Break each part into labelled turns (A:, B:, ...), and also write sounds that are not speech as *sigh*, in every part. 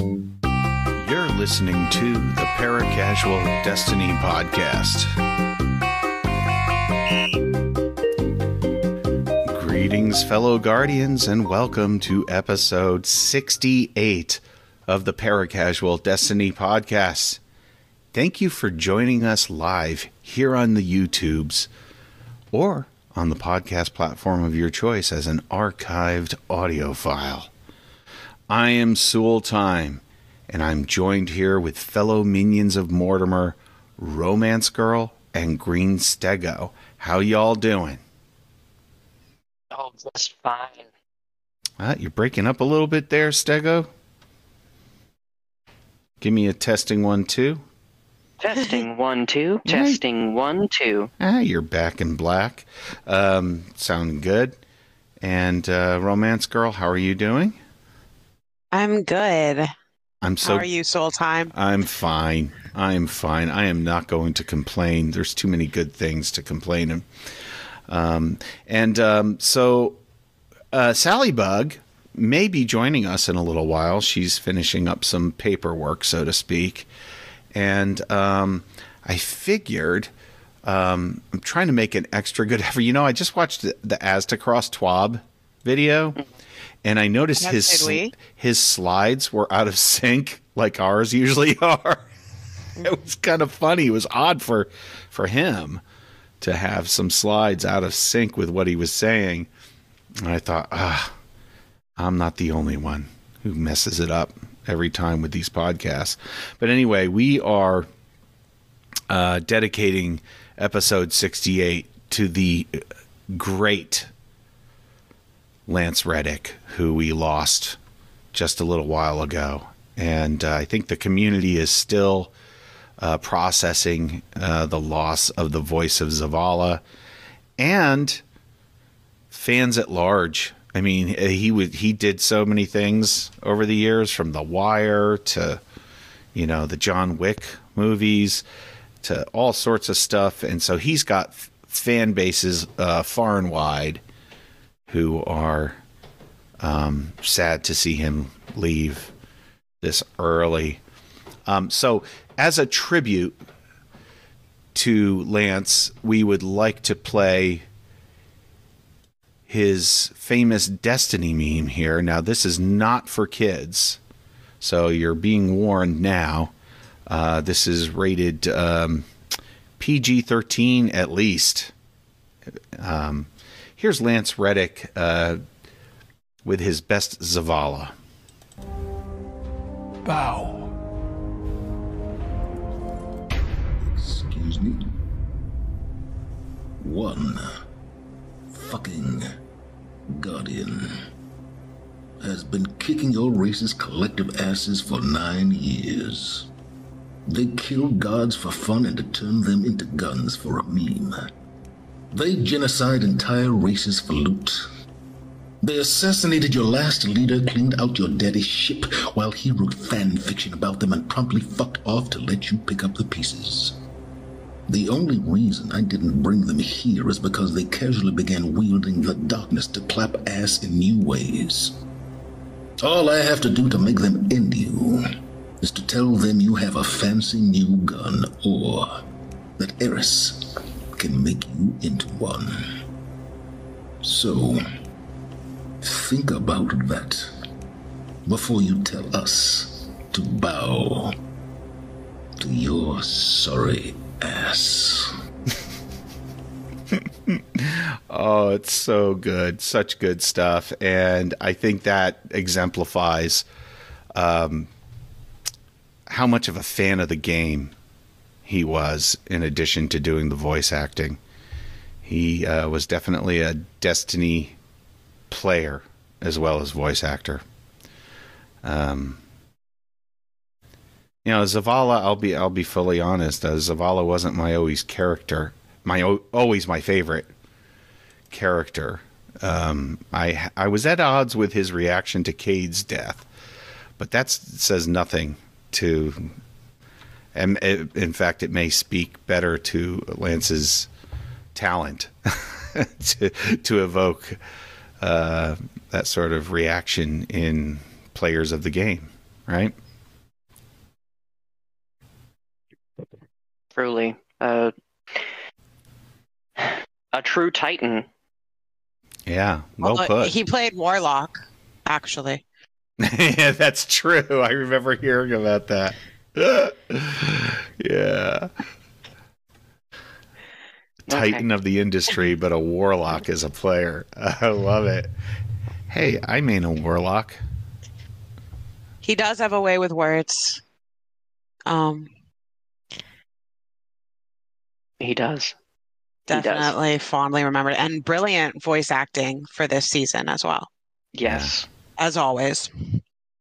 A: You're listening to the Paracasual Destiny Podcast. Greetings, fellow guardians, and welcome to episode 68 of the Paracasual Destiny Podcast. Thank you for joining us live here on the YouTubes or on the podcast platform of your choice as an archived audio file. I am Sewell Time, and I'm joined here with fellow minions of Mortimer, Romance Girl, and Green Stego. How y'all doing?
B: Oh, just fine.
A: Uh, you're breaking up a little bit there, Stego. Give me a testing one, too.
C: *laughs*
B: Testing one, two.
A: Nice.
B: Testing one, two.
A: Ah, you're back in black. Um, sounding good. And uh, Romance Girl, how are you doing?
C: I'm good.
A: I'm so
C: How are you, Soul Time?
A: I'm fine. I'm fine. I am not going to complain. There's too many good things to complain of. Um, and um, so, uh, Sally Bug may be joining us in a little while. She's finishing up some paperwork, so to speak. And um, I figured um, I'm trying to make an extra good effort. You know, I just watched the, the Asda Cross Twab video, and I noticed
C: Yes,
A: his
C: did
A: sl-
C: we?
A: his slides were out of sync, like ours usually *laughs* are. it was kind of funny. It was odd for for him to have some slides out of sync with what he was saying. And I thought, ah, I'm not the only one who messes it up every time with these podcasts. But anyway, we are uh, dedicating episode 68 to the great Lance Reddick, who we lost just a little while ago. And uh, I think the community is still uh, processing uh, the loss of the voice of Zavala and fans at large. I mean, uh, he would he did so many things over the years, from The Wire to you know the John Wick movies to all sorts of stuff, and so he's got f- fan bases uh, far and wide who are um, sad to see him leave this early. Um, so, as a tribute to Lance, we would like to play his famous Destiny meme here. Now, this is not for kids, so you're being warned now. Uh, this is rated um, PG 13 at least. Um, here's Lance Reddick uh, with his best Zavala.
D: bow.
E: Excuse me? One fucking guardian has been kicking your race's collective asses for nine years. They kill gods for fun and to turn them into guns for a meme. They genocide entire races for loot. They assassinated your last leader, cleaned out your daddy's ship while he wrote fan fiction about them and promptly fucked off to let you pick up the pieces. The only reason I didn't bring them here is because they casually began wielding the darkness to clap ass in new ways. All I have to do to make them end you is to tell them you have a fancy new gun or that Eris can make you into one. So, Think about that before you tell us to bow to your sorry ass.
A: Oh, it's so good. Such good stuff. And I think that exemplifies um, how much of a fan of the game he was, in addition to doing the voice acting. He uh, was definitely a Destiny player as well as voice actor. Um, you know, Zavala. I'll be I'll be fully honest. Uh, Zavala wasn't my always character. My o- always my favorite character. Um, I I was at odds with his reaction to Cade's death, but that says nothing to. And it, in fact, it may speak better *laughs* to Lance's talent to to evoke uh, that sort of reaction in players of the game, right?
B: Truly. Uh, a true titan.
A: Yeah, well
C: Although
A: put.
C: He played Warlock, actually.
A: *laughs* yeah, that's true. I remember hearing about that. *laughs* yeah. Titan of the industry, but a warlock as a player. *laughs* I love it. Hey, I mean a warlock.
C: He does have a way with words. Um,
B: He does. He does.
C: definitely fondly remembered and brilliant voice acting for this season as well,
B: Yes.
C: as always.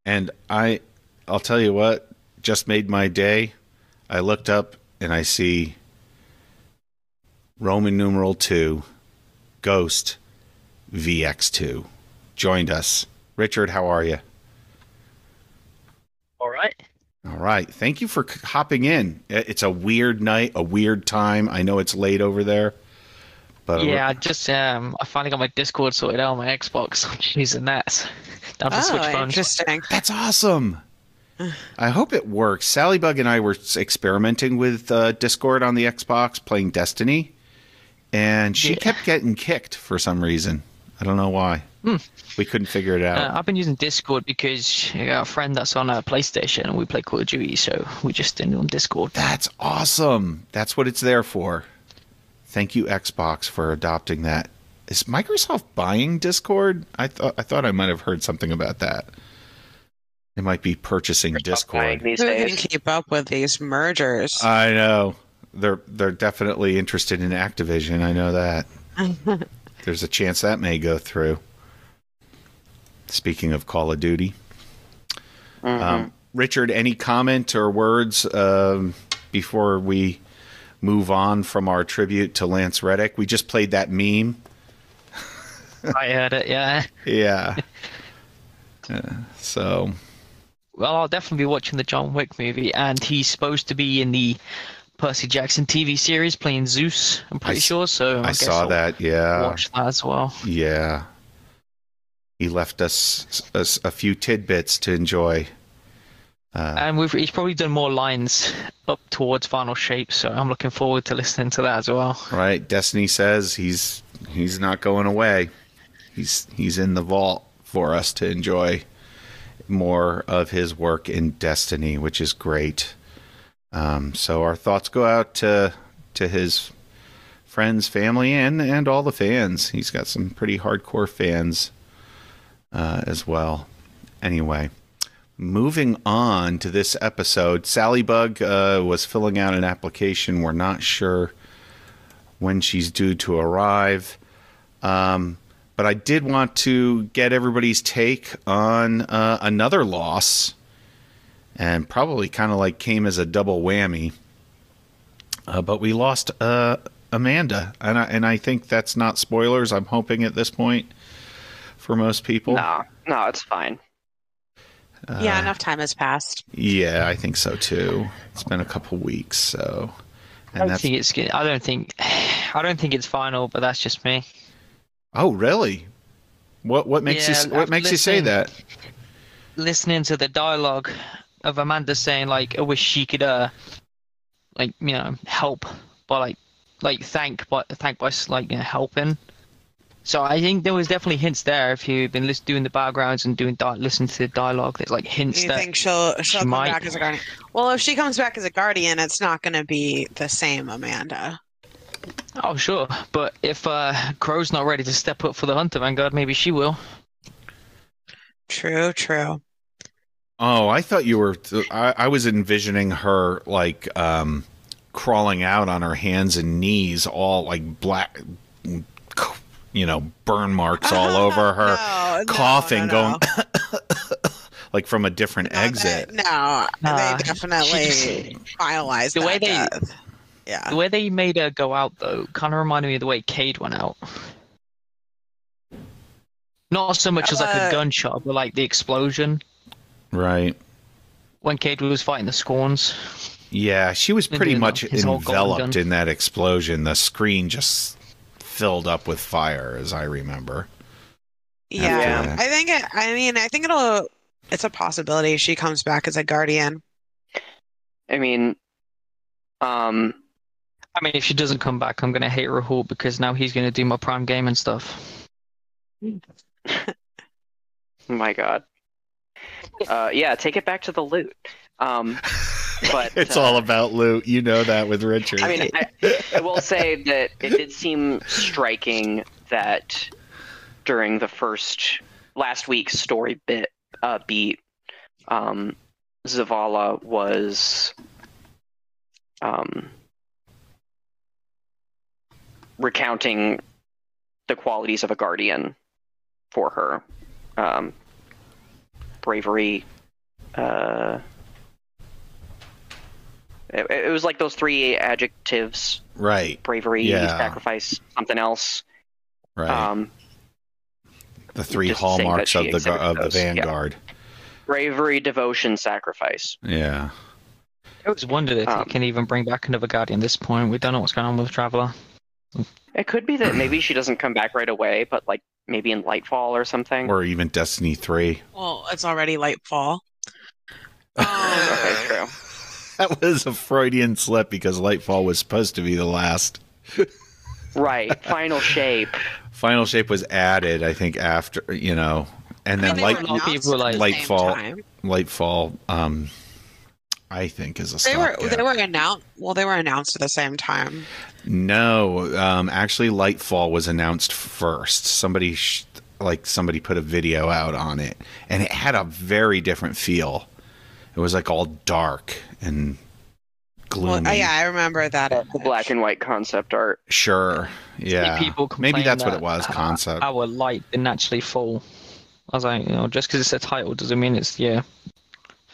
A: And I I'll tell you what, just made my day. I looked up and I see Roman numeral 2 Ghost VX2 joined us. Richard, how are you?
B: All right.
A: All right. Thank you for c- hopping in. I- It's a weird night, a weird time. I know it's late over there. But
D: yeah, I just um, I finally got my Discord sorted out on my Xbox. *laughs* I'm just using that. Down to Switch
C: Oh,
D: phones.
C: interesting.
A: That's awesome. I hope it works. Sally Bug and I were s- experimenting with uh, Discord on the Xbox, playing Destiny, and she
D: Yeah.
A: kept getting kicked for some reason. I don't know why. We couldn't figure it
D: Uh,
A: out.
D: I've been using Discord because I got a friend that's on a PlayStation and we play Call of Duty, so we just did it on Discord.
A: That's awesome. That's what it's there for. Thank you, Xbox, for adopting that. Is Microsoft buying Discord? I thought I thought I might have heard something about that. They might be purchasing
B: Buying
A: Discord.
B: These
C: Who can
B: days.
C: keep up with these mergers?
A: I know. They're they're definitely interested in Activision. I know that. There's a chance that may go through. Speaking of Call of Duty,
B: Mm-hmm.
D: Mm-hmm.
A: um, Richard, any comment or words um, before we move on from our tribute to Lance Reddick? We just played that meme.
D: *laughs* I heard it, yeah. *laughs*
A: Yeah. Uh, so
D: Well, I'll definitely be watching the John Wick movie, and he's supposed to be in the Percy Jackson TV series playing Zeus. I'm pretty
A: s-
D: sure, so Oh, I,
A: I
D: guess
A: saw
D: I'll
A: that. uh, Yeah.
D: Watch that as well.
A: Yeah. He left us, us a few tidbits to enjoy. Uh,
D: And we've, he's probably done more lines up towards Final Shape, so I'm looking forward to listening to that as well.
A: right, Destiny says he's he's not going away. He's he's in the vault for us to enjoy more of his work in Destiny, which is great. Um, so our thoughts go out to to his friends, family, and and all the fans. He's got some pretty hardcore fans uh, as well. Anyway, moving on to this episode, Sally Bug uh, was filling out an application. We're not sure when she's due to arrive. Um, but I did want to get everybody's take on uh, another loss, and probably kind of like came as a double whammy. Uh, but we lost uh, Amanda, and I, and I think that's not spoilers. I'm hoping at this point for most people.
B: No, no, it's fine.
C: *laughs* yeah, enough time has passed.
A: Uh,
D: Uh,
A: Yeah, I think so too. It's been a couple weeks, so and
D: I don't
A: that's
D: think it's. I don't think. *sighs* I don't think it's final, but that's just me.
A: oh really? What what makes
D: Yeah,
A: you what
D: I've
A: makes you say
D: listened.
A: that?
D: Listening to the dialogue of Amanda saying like, "I wish she could, uh, like you know, help by like, like thank by thank by like you know, helping." So I think there was definitely hints there. If you've been lis- doing the backgrounds and doing di- listening to the dialogue, there's like hints
C: you
D: that
C: think she'll she'll come
D: might-
C: back as a guardian? Well, if she comes back as a guardian, it's not going to be the same Amanda.
D: Oh sure, but if uh, Crow's not ready to step up for the Hunter Vanguard, maybe she will.
C: True, true.
A: Oh, I thought you were. I, I was envisioning her like um, crawling out on her hands and knees, all like black, you know, burn
C: *laughs*
A: marks all over her,
C: Uh-huh. No, no,
A: coughing,
C: no, no.
A: going *coughs* like from a different
C: No,
A: exit.
C: they- No,
D: *laughs* Nah,
C: they definitely
D: she
C: finalized
D: The way
C: that
D: they-
C: death. Yeah.
D: The way they made her go out though kind of reminded me of the way Cade went out. Not so much as like
C: Uh,
D: a gunshot, but like the explosion
A: Right.
D: when Cade was fighting the Scorns.
A: Yeah, she was
D: Maybe
A: pretty
D: in the-
A: much
D: uh, his whole golden
A: enveloped
D: gun.
A: in that explosion. The screen just filled up with fire, as I remember.
C: Yeah.
A: After that.
C: I think it, I mean, I think it'll, it's a possibility she comes back as a guardian.
B: I mean, um,
D: I mean, if she doesn't come back, I'm gonna hate Rahul because now he's gonna do my prime game and stuff.
B: my God. Uh, yeah, take it back to the loot.
A: *laughs*
B: Um, but
A: it's
B: uh,
A: all about loot. You know that with Richard.
B: I mean, I, I will say that it did seem striking that during the first last week's story bit uh, beat, um, Zavala was um, recounting the qualities of a guardian for her um, bravery. Uh, it, it was like those three adjectives
A: *laughs* right,
B: bravery,
A: Yeah.
B: sacrifice, something else.
A: right.
B: Um,
A: the three
B: just saying that
A: hallmarks
B: she
A: of the gu-
B: accepted
A: of the
B: those, yeah.
A: vanguard.
B: bravery, devotion, sacrifice.
A: Yeah.
D: I always wondered if
B: Um,
D: they can even bring back another Guardian at this point. We don't know what's going on with Traveler.
B: It could
A: *clears throat*
B: be that maybe she doesn't come back right away, but like maybe in Lightfall or something.
A: or even Destiny Three. *laughs*
C: Well, it's already Lightfall. *laughs* Um,
B: okay, true.
A: That was a Freudian slip because Lightfall was supposed to be the last.
B: Right, final shape.
A: Final Shape was added, I think, after you know, and then
D: they
A: Light
D: were not- people like
A: Lightfall. Lightfall, um, I think, is a
C: They were
A: stopgap.
C: they were announced. Well, they were announced at the same time.
A: No, um, actually, Lightfall was announced first. Somebody, sh- like somebody, put a video out on it, and it had a very different feel. It was like all dark and gloomy.
C: Well, uh, yeah, I remember that.
B: The black and white concept art.
A: Sure. Yeah.
D: people
A: Maybe
D: complain
A: that's what
D: that-
A: it was. Concept.
D: Our light didn't actually fall. I was like, you know, just because it's a title doesn't mean it's the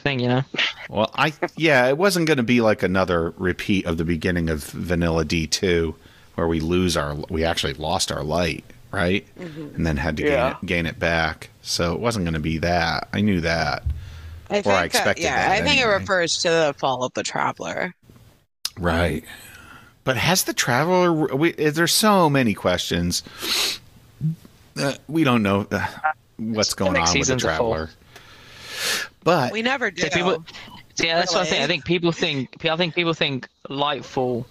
D: thing, you know.
A: Well, I yeah, it wasn't going to be like another repeat of the beginning of Vanilla D2 where we lose our we actually lost our light, right? And then had to
B: Yeah.
A: gain, it, gain it back. So it wasn't going to be that. I knew that.
C: I think
A: Or I
C: that-
A: expected
C: yeah,
A: that
C: I think
A: anyway.
C: it refers to the fall of the traveler.
A: Right. But has the traveler we, there's so many questions. Uh, we don't know uh, what's going
D: next
A: on with the
D: season's a full.
A: traveler. But
C: We never do.
D: Yeah, people- Yeah, that's what I think. I
C: Really?
D: think people think. I think people think Lightfall,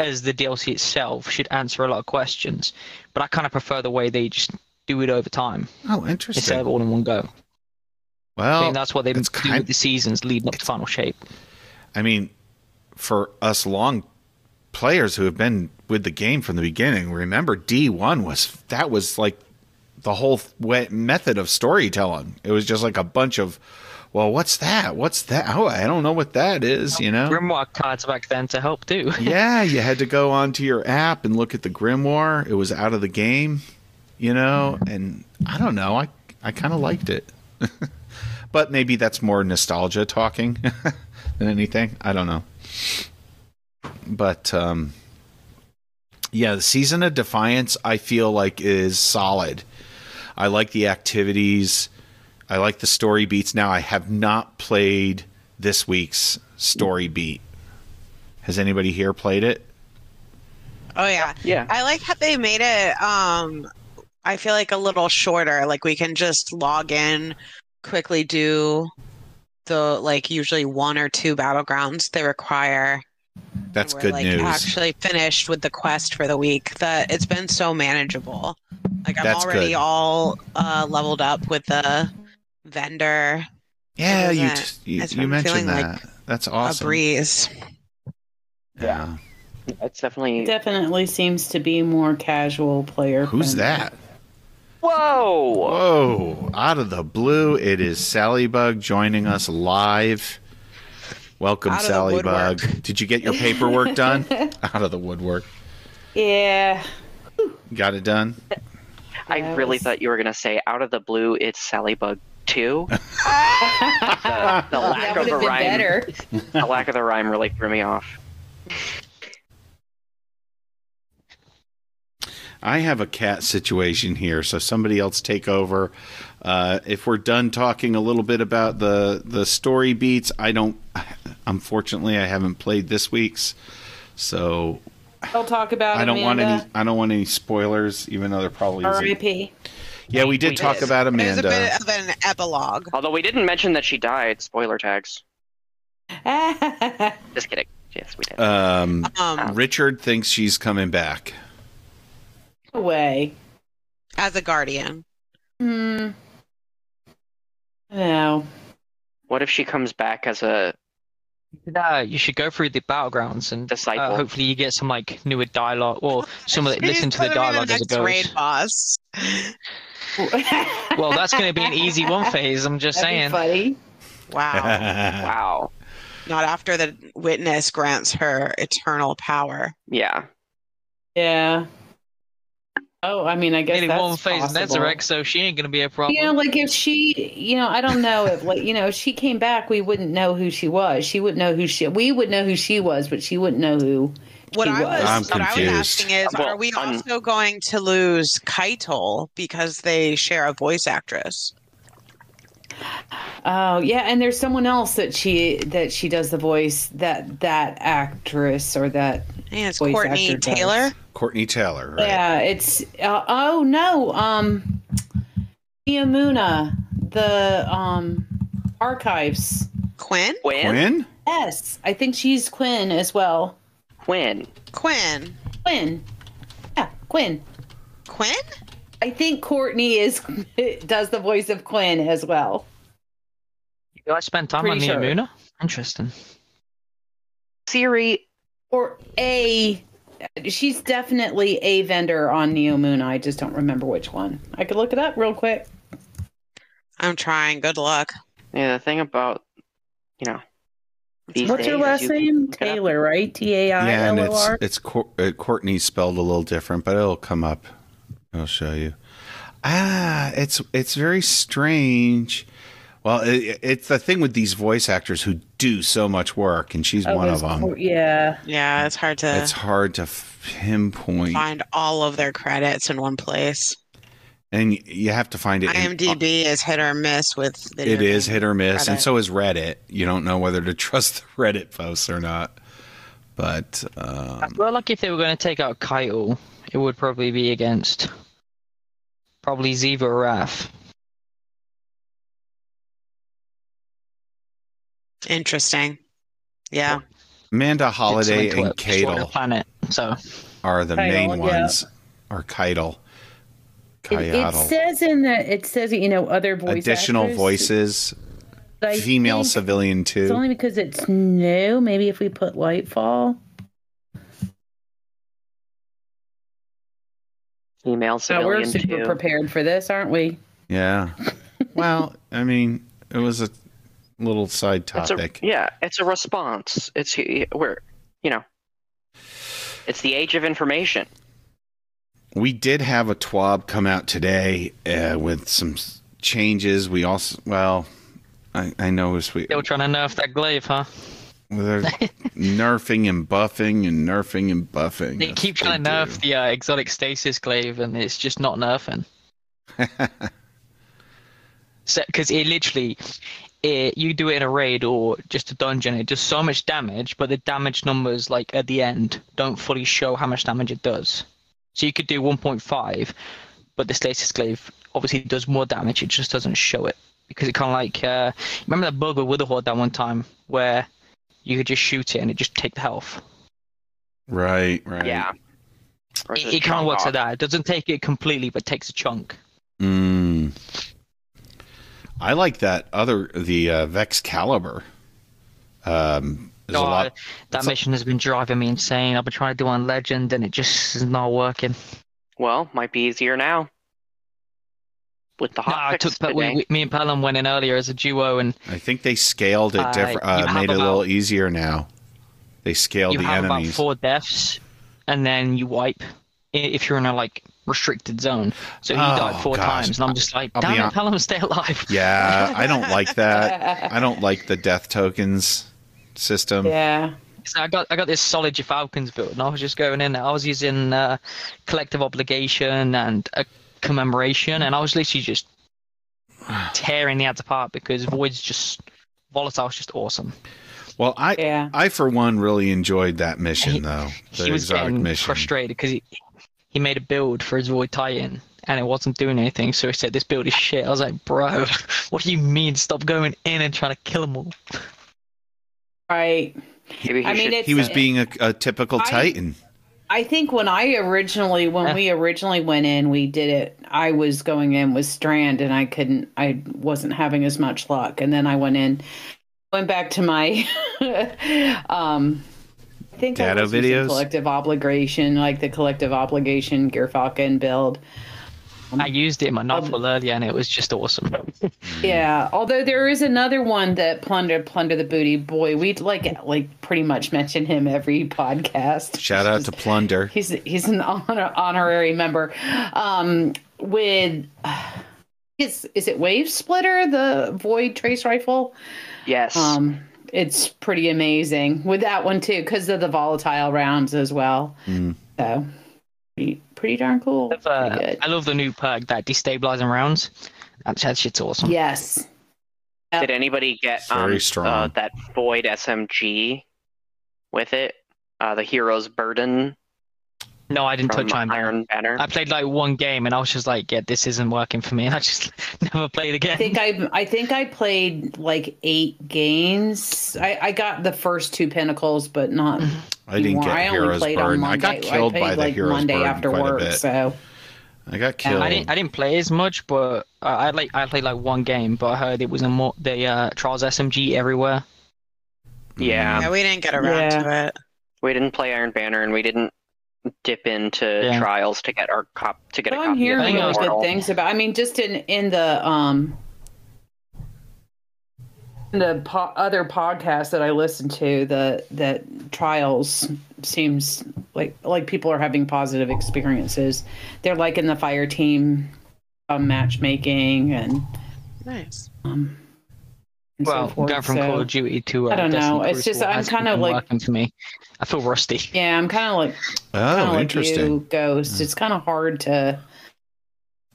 D: as the DLC itself, should answer a lot of questions. But I kind of prefer the way they just do it over time
A: oh, interesting.
D: instead of all in one go. I
A: well,
D: think that's what they do
A: it's Oh, kind-
D: with the seasons leading up to Final Shape.
A: I mean, for us long players who have been with the game from the beginning, remember D1 was that was like the whole th- way, method of storytelling. It was just like a bunch of, well, what's that? What's that? Oh, I don't know what that is, you know?
D: Grimoire cards back then to help too.
A: Oh. yeah, you had to go onto your app and look at the grimoire. It was out of the game, you know, and I don't know. I I kind of liked it, *laughs* but maybe that's more nostalgia talking *laughs* than anything. I don't know, but um, yeah, the season of defiance I feel like is solid. I like the activities. I like the story beats. Now I have not played this week's story beat. Has anybody here played it?
C: Oh yeah,
B: Yeah.
C: I like how they made it. Um, I feel like a little shorter. Like we can just log in, quickly do the like usually one or two battlegrounds they require.
A: That's
C: we're,
A: good
C: like,
A: news.
C: Actually finished with the quest for the week. That it's been so manageable. Like I'm
A: That's
C: already
A: good.
C: all uh, leveled up with the vendor.
A: yeah,
C: other
A: you
C: than
A: just, you,
C: that's what
A: you
C: I'm
A: mentioned
C: feeling
A: that. That's awesome.
C: A breeze.
A: yeah.
B: It's definitely.
F: Definitely seems to be more casual player.
A: Who's
C: Mm-hmm.
F: friendly.
A: that?
B: Whoa!
A: Whoa! Out of the blue, it is Sally Bug joining us live. Welcome,
C: Out of the
A: Sally Bug.
C: woodwork.
A: Did you get your
C: *laughs*
A: paperwork done? Out of the woodwork,
F: Yeah.
A: got it done.
B: I
F: Yes.
B: really thought you were gonna say out of the blue, it's Sally Bug
A: *laughs*
B: Two. the, the lack of
F: that would
B: the
F: have been
B: rhyme,
F: better.
B: the lack of the rhyme really threw me off.
A: I have a cat situation here, so somebody else take over. Uh, if we're done talking a little bit about the the story beats, I don't. *sighs* Unfortunately, I haven't played this week's, so
F: I'll talk about
A: I don't want
F: Amanda.
A: any. I don't want any spoilers, even though there probably isn't.
F: R.I.P.
A: Yeah, we did
D: We
A: talk
D: did.
A: about
C: There's a
A: Amanda.
C: bit of an epilogue.
B: Although we didn't mention that she died. Spoiler tags.
F: *laughs*
B: Just kidding. Yes, we did.
A: um,
C: Um,
A: Richard thinks she's coming back.
F: Away.
C: as a guardian.
F: Hmm. No.
B: what if she comes back as a
D: No, *laughs* you should go through the battlegrounds and
B: disciple?
D: uh, hopefully you get some like newer dialogue or some of the, listen to the
C: Put him in
D: dialogue as it
C: next raid *laughs*
D: goes.
C: boss.
D: Well, that's going to
F: *laughs*
D: be an easy one for his. I'm just
F: That'd be
D: saying.
F: funny.
C: Wow.
A: *laughs*
B: wow.
C: Not after the witness grants her eternal power.
B: Yeah.
F: Yeah. Oh, I mean, I guess
D: Nearly
F: that's
D: one phase
F: possible.
D: Nezarek, so she ain't going to be a problem.
F: You know, like if she, you know, I don't know if, like, you know, if she came back, we wouldn't know who she was. She wouldn't know who she. We would know who she was, but she wouldn't know who.
C: What
F: She
C: I was,
F: was.
A: I'm
C: what I was
A: confused.
C: asking is,
B: Well,
C: are we
B: I'm-
C: also going to lose Keitel because they share a voice actress?
F: Oh, yeah, and there's someone else that she that she does the voice that that actress or that.
C: Yeah, it's
F: Voice
C: Courtney
F: actor does.
C: Taylor.
A: Courtney Taylor, right?
F: Yeah, it's. Uh, oh no, um, Muna, the um, archives.
C: Quinn.
B: Quinn? Quinn?
A: Quinn?
F: Yes, I think she's Quinn as well.
C: Quinn.
F: Quinn. Yeah, Quinn.
C: Quinn.
F: I think Courtney is *laughs* does the voice of Quinn as well.
D: I spent time on
F: Pretty sure.
D: Neomuna. Interesting.
B: Siri.
F: Or a she's definitely a vendor on Neo Moon. I just don't remember which one. I could look it up real quick.
C: I'm trying. Good luck.
B: Yeah, the thing about, you know, these
F: What's your
B: days,
F: last
B: you can
F: name?
B: look it up.
F: Taylor, right? T A I
A: Yeah, and
F: L O
A: it's
F: R.
A: it's Cour- uh, Courtney spelled a little different, but it'll come up. I'll show you. Ah, it's it's very strange. Well, it, it's the thing with these voice actors who do so much work, and she's one of them.
F: Oh, Yeah.
C: Yeah, it's hard to
A: It's hard to f- pinpoint,
C: find all of their credits in one place.
A: and y- you have to find it. in-
C: IMDb is hit or miss with video
A: it is
C: game
A: hit or miss, and
C: credit.
A: so is Reddit. You don't know whether to *laughs* trust the Reddit posts or not. But um,
D: Well, like if they were going to take out Keitel, it would probably be against probably Ziva or Raph.
C: Interesting. Yeah.
A: Amanda Holiday
D: Something to
A: and
D: a- destroy the
A: Cadel
D: planet. So
A: are the
F: Keitel,
A: main
F: yeah.
A: ones, or Keitel.
F: It, it
A: Keitel.
F: says in the it says you know other voice
A: Additional
F: actors.
A: voices,
F: I
A: female
F: think
A: civilian
F: It's
A: too.
F: only because it's new. Maybe if we put Lightfall.
B: Female
F: So we're
B: civilian
F: super
B: too.
F: prepared for this, aren't we? *laughs*
A: Yeah. well, I mean, it was a little side
B: It's a-
A: topic.
B: yeah, it's a response. It's we're, you know, it's the age of information.
A: We did have a TWAB come out today uh, with some s- changes. We also, well, I, I know it's we,
D: still trying to nerf that glaive, huh?
A: they're nerfing and buffing and nerfing and buffing.
D: They
A: That's
D: keep
A: what
D: trying to
A: they
D: nerf the uh, exotic stasis glaive, and it's just not nerfing.
A: do.
D: Because it literally, it, you do it in a raid or just a dungeon, it does so much damage, but the damage numbers like at the end don't fully show how much damage it does. So you could do 1.5, but the stasis glaive obviously does more damage. It just doesn't show it because it kind of like uh, remember that bug with Witherhorde that one time where you could just shoot it and it just take the health.
A: right, right.
B: Yeah. Or is
D: It, it kind of
B: John
D: works like
B: Doe?
D: that. It doesn't take it completely, but takes a chunk.
A: Mm. I like that other the uh, Vex Caliber. Um, there's a
D: God,
A: lot.
D: that
A: it's a-
D: mission has been driving me insane. I've been trying to do on Legend, and it just is not working.
B: Well, might be easier now. With the
D: No,
B: hot
D: I took but we, we- me and Pelham went in earlier as a duo, and
A: I think they scaled it
D: Uh,
A: different,
D: you
A: uh,
D: have
A: made it a little
D: about-
A: easier now. They scaled
D: you
A: the
D: have about
A: enemies.
D: four deaths, and then you wipe i- if you're in a like restricted zone. So he
A: Oh,
D: died four
A: gosh.
D: times, and I'm just like,
A: I'll be
D: damn
A: hon-
D: it, Pelham, stay alive.
A: Yeah, I don't like
D: *laughs*
A: that. I don't like the death tokens system.
F: *laughs* yeah.
D: So I got I got this solid Falcons build, and I was just going in. there. I was using uh, collective obligation and a commemoration, and I was
A: *sighs*
D: literally just tearing the ads apart because Void's just volatile's just awesome.
A: Well, I
F: Yeah.
A: I for one really enjoyed that mission
D: He-
A: though. The
D: he was
A: exotic
D: getting
A: mission.
D: frustrated because he he made a build for his Void Titan, and it wasn't doing anything. So he said, "This build is shit." I was like, "Bro, *laughs* what do you mean? Stop going in and trying to kill them all."
F: Right.
B: Maybe he
F: I mean,
B: should.
F: it's-
A: He was being a, a typical
F: I-
A: titan.
F: I think when I originally, when we originally went in, we did it. I was going in with Strand, and I couldn't. I wasn't having as much luck. And then I went in, went back to my, *laughs* um, I think I
A: Dado
F: was using
A: videos?
F: collective obligation, like the collective obligation Gear Falcon build.
D: I used it in my novel earlier, and it was just awesome.
A: Hmm.
F: Yeah, although there is another one that plunder plunder the booty boy. We like like pretty much mention him every *laughs* podcast.
A: Shout out to Plunder.
F: he's he's an *laughs* honor, honorary member um with uh, is is it wave splitter the void trace rifle
B: yes.
F: um it's pretty amazing with that one too because of the volatile rounds as well
A: Mm.
F: so pretty, pretty darn cool
D: I love, uh,
F: Pretty good.
D: I love the new perk that destabilizing rounds. That, that shit's awesome.
F: yes
B: Did anybody get um,
A: Very
B: uh,
A: strong.
B: that void SMG with it? Uh, the hero's burden
D: No, I didn't
B: from
D: touch Iron Man.
B: Iron Banner.
D: I played like one game, and I was just like, "Yeah, this isn't working for me," and I just *laughs* never played
F: i
D: again.
F: think i i think i played like eight games i i got the first two pinnacles but not
A: I didn't
F: more.
A: get
F: i only
A: Heroes
F: played on
A: Burden. I
F: monday
A: got killed
F: played,
A: by the
F: like
A: Heroes
F: monday
A: Burden
F: after
A: quite a
F: work
A: bit.
F: so
A: I got
F: Yeah,
A: killed.
F: I
D: I didn't I didn't play as much, but uh, I like I played like one game, but I heard it was a more the uh, Trials SMG everywhere.
B: yeah.
C: yeah, we didn't get around to it.
B: We didn't play Iron Banner, and we didn't dip into
D: Yeah.
B: trials to get our cop to get
F: Well,
B: a
F: I'm
B: copy of
F: hearing
D: Thing
B: the
F: really
B: Immortal.
F: good things about. I mean, just in in the um in the po- other podcast that I listen to, the that trials seems like like people are having positive experiences. They're like in the fire team um, matchmaking and,
C: Nice.
F: um, and
D: Well,
F: so forth.
D: going from
F: so,
D: Call of Duty to uh,
F: I don't know.
D: Destiny
F: It's just-
D: Crucible
F: I'm
D: hasn't
F: kinda
D: been
F: like-
D: working for me. I feel rusty.
F: yeah, I'm kind of like
A: Oh,
F: kinda Like
A: interesting.
F: you, Ghost. It's kind of hard to.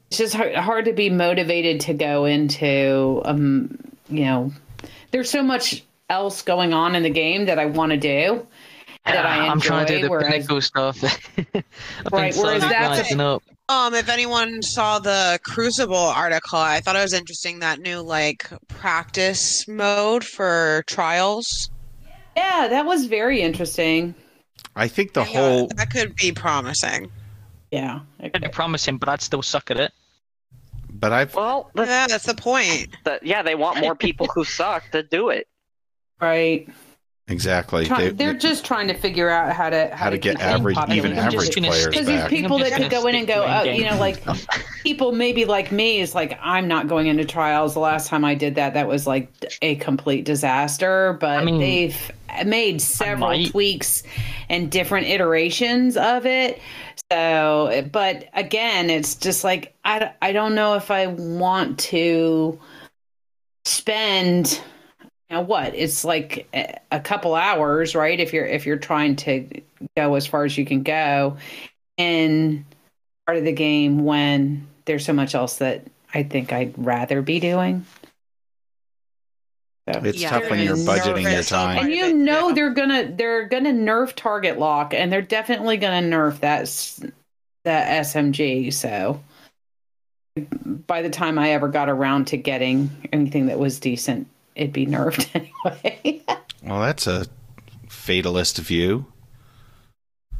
F: It's just hard, hard to be motivated to go into. Um, you know, there's so much else going on in the game that I want to do. *laughs* That I
D: *laughs*
F: enjoy,
D: am trying to do the
F: whereas-
D: pinnacle stuff. *laughs* I've been
F: Right, whereas
D: slowly
F: that's-
D: rising up.
C: Um, if anyone saw the Crucible article, I thought it was interesting that new like practice mode for trials.
F: Yeah, that was very interesting.
A: I think the
C: I thought
A: whole
C: that could be promising.
F: Yeah.
D: Pretty promising, but I'd still suck at it.
A: but I've
B: Well, that's,
C: Yeah, that's the point.
B: the, yeah, they want more people
F: *laughs*
B: who suck to do it.
F: Right.
A: exactly
F: Try,
A: they,
F: they, are
A: they-
F: just trying to figure out how to
A: how to get
F: keep them
A: average,
F: popular.
A: even
D: I'm just
A: average
D: gonna
A: players
D: stick-
F: Because these
A: back.
F: people
D: I'm
F: that
D: just
F: could
D: gonna
F: go in and
D: stick
F: go,
D: to my
F: oh, you know,
D: game.
F: like people maybe like me is like, I'm not going into trials. The last time I did that, that was like a complete disaster. But
D: I mean,
F: they've made several
D: might.
F: tweaks and different iterations of it. So, but again, it's just like, I, d- I don't know if I want to spend now what it's like a a couple hours right if you're if you're trying to go as far as you can go in part of the game when there's so much else that i think i'd rather be doing So-
A: It's
C: Yeah.
A: tough when you're
F: Nervous.
A: budgeting your
C: Part
A: time.
F: and
C: of
F: you
C: it,
F: know
C: yeah.
F: they're gonna they're gonna nerf target lock and they're definitely gonna nerf that s- that smg so by the time i ever got around to getting anything that was decent it'd be nerfed *laughs* anyway
A: Well, that's a fatalist view.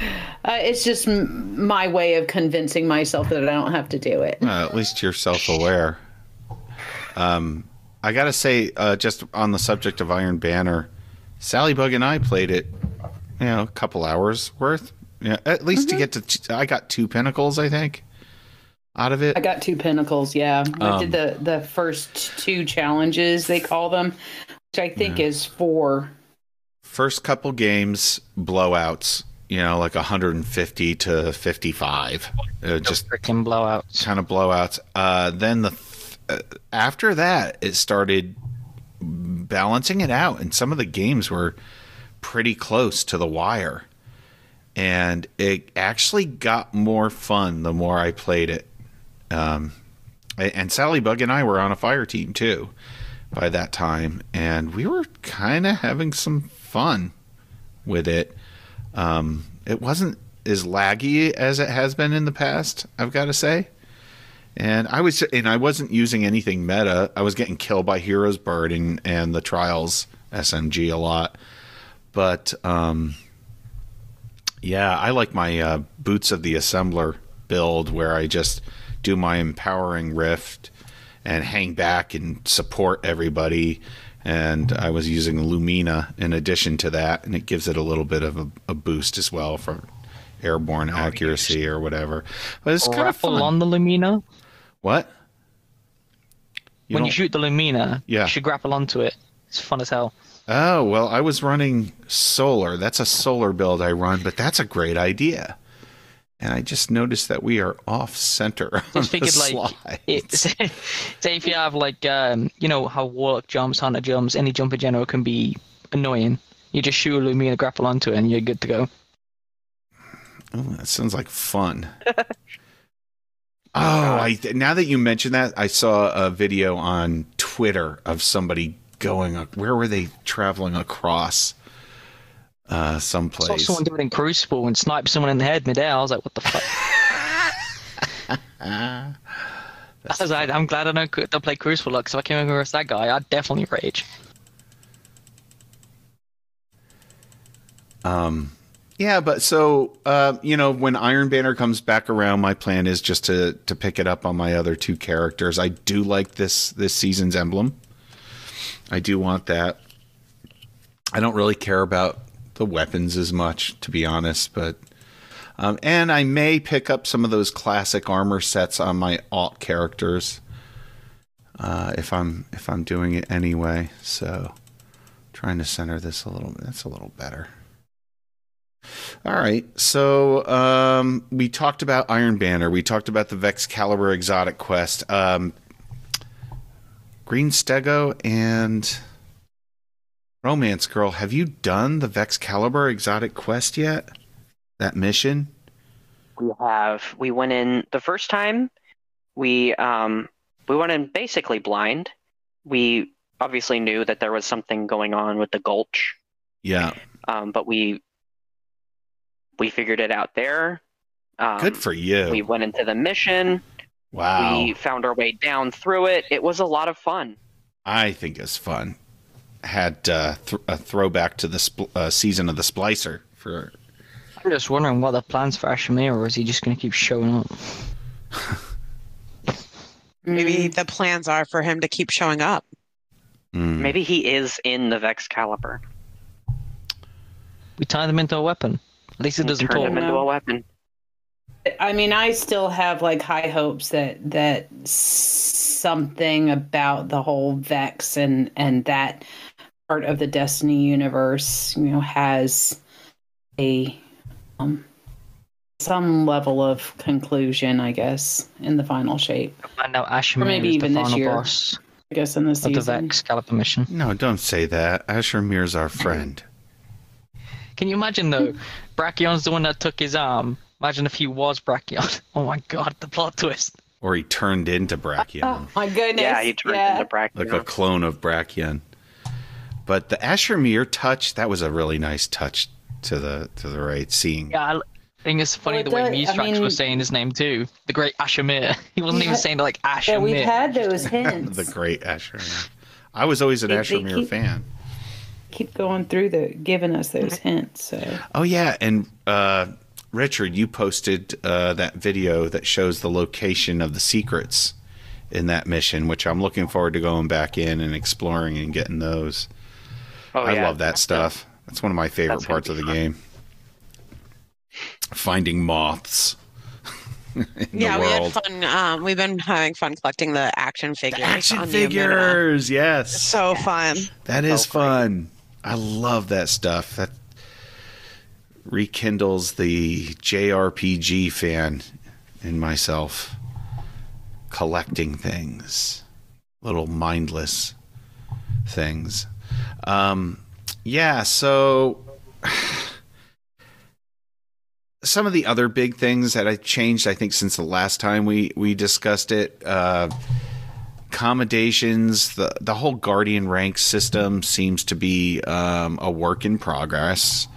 F: uh, it's just m- my way of convincing myself that i don't have to do it
A: Well, at least you're self-aware. Um, I gotta say, uh, just on the subject of Iron Banner, Sally Bug and I played it. You know, a couple hours worth. Yeah, at least to
F: Mm-hmm.
A: get to. T- I got two pinnacles, I think, out of it.
F: I got two pinnacles. Yeah, I
A: Um,
F: did the the first two challenges they call them, which I think is four.
A: First couple games, blowouts. You know, like 150 to 55. Uh, just
D: Freaking blowouts.
A: kind of blowouts. Uh, then the th- uh, after that, it started balancing it out, and some of the games were pretty close to the wire. And it actually got more fun the more I played it. Um, a- and Sally Bug and I were on a fire team too by that time, and we were kind of having some fun with it. Um, it wasn't as laggy as it has been in the past, I've got to say And I was and I wasn't using anything meta. I was getting killed by Hero's Bird and, and the Trials SMG a lot. But um yeah, I like my uh, Boots of the Assembler build where I just do my empowering rift and hang back and support everybody. And I was using Lumina in addition to that, and it gives it a little bit of a, a boost as well for airborne accuracy or whatever. But it's kind of
D: Raffle
A: fun.
D: on the Lumina.
A: What? You
D: when
A: don't-
D: you shoot the Lumina,
A: Yeah.
D: you should grapple onto it. It's fun as hell.
A: Oh, well, I was running solar. That's a solar build I run, but that's a great idea. And I just noticed that we are off center. *laughs* on
D: Just figured
A: the
D: like
A: slides.
D: it's *laughs* say if you have like um you know how work jumps, hunter jumps, any jump in general can be annoying. You just shoot a Lumina, grapple onto it, and you're good to go.
A: Oh, that sounds like
D: *laughs*
A: fun. oh, I now that you mention that, I saw a video on Twitter of somebody going. ac- Where were they traveling across? Uh,
D: Saw
A: someplace.
D: someone doing it in Crucible and snipe someone in the head midair. I was like, what the fuck?
A: Ah.
D: *laughs* I was like, I'm glad I don't, cru- don't play Crucible, because if I came across that guy, I'd definitely rage.
A: Um, yeah, but so uh, you know, when Iron Banner comes back around, my plan is just to to pick it up on my other two characters. I do like this this season's emblem. I do want that. I don't really care about the weapons as much, to be honest, but. Um, and I may pick up some of those classic armor sets on my alt characters uh, if I'm if I'm doing it anyway. So, trying to center this a little. That's a little better. All right. So um, we talked about Iron Banner. We talked about the Vex Caliber exotic quest. Um, Green Stego and Romance Girl. Have you done the Vex Caliber exotic quest yet? That mission.
B: we have we went in the first time we um we went in basically blind we obviously knew that there was something going on with the gulch
A: Yeah.
B: um but we we figured it out there um,
A: Good for
B: we
A: you.
B: went into the mission
A: Wow.
B: we found our way down through it it was a lot of fun
A: I think it's fun. Had uh, th- a throwback to the spl- uh, season of the Splicer for
D: I'm just wondering what the plans for Ashmir, or is he just going to keep showing up?
F: Mm,
C: Maybe the plans are for him to keep showing up.
A: Mm.
B: maybe he is in the vex caliber
D: We turn them into a weapon. At least it
B: and
D: doesn't
B: turned him
D: talk.
B: into
F: No.
B: a weapon
F: I mean, I still have like high hopes that that something about the whole Vex and and that part of the Destiny universe, you know, has a um, some level of conclusion, I guess, in the final shape.
D: Find out Ashmir
F: maybe
D: is
F: even
D: the
F: this
D: final
F: year.
D: boss
F: I guess in the
D: of the
F: season.
D: Vex Caliper mission.
A: No, don't say that. Asher Mir's our friend.
D: Can you imagine
F: *laughs*
D: though? Brachion's the one that took his arm. Imagine if he was Brachion. *laughs* Oh my god, the plot twist.
A: or he turned into Brachion,
F: *laughs* Oh my goodness!
B: yeah he turned
F: yeah.
B: into brachion
A: like a clone of Brachion. But the Ashermere touch, that was a really nice touch to the to the right, seeing
D: Yeah, I l- think it's funny
F: Well,
D: the
F: it
D: way
F: does- I
D: Muse tracks
F: mean-
D: were saying his name too. The great Ashamir. *laughs* He wasn't
F: We
D: even
F: had-
D: saying like Ashamir.
F: Yeah, we've had
D: *laughs*
F: those
A: the
F: hints.
A: great Ashermere. I was always an
F: They- they
A: Ashermere
F: keep-
A: fan.
F: Keep going through the giving us those hints. So
A: Oh yeah, and uh, Richard, you posted uh, that video that shows the location of the secrets in that mission, which I'm looking forward to going back in and exploring and getting those.
B: oh,
A: I
B: yeah.
A: love that
B: *laughs*
A: stuff. That's one of my favorite
B: That's gonna
A: parts
B: be
A: of the
B: fun.
A: game. Finding moths. *laughs* in the
C: yeah, we had
A: world.
C: fun. Um, we've been having fun collecting the action figures.
A: Action
C: on the Amuna.
A: figures, yes.
C: So fun.
A: that is fun. I love that stuff. That rekindles the JRPG fan in myself. Collecting things, little mindless things. Um, yeah, so *sighs* some of the other big things that I changed, I think, since the last time we we discussed it, uh, accommodations, the the whole guardian rank system seems to be um, a work in progress,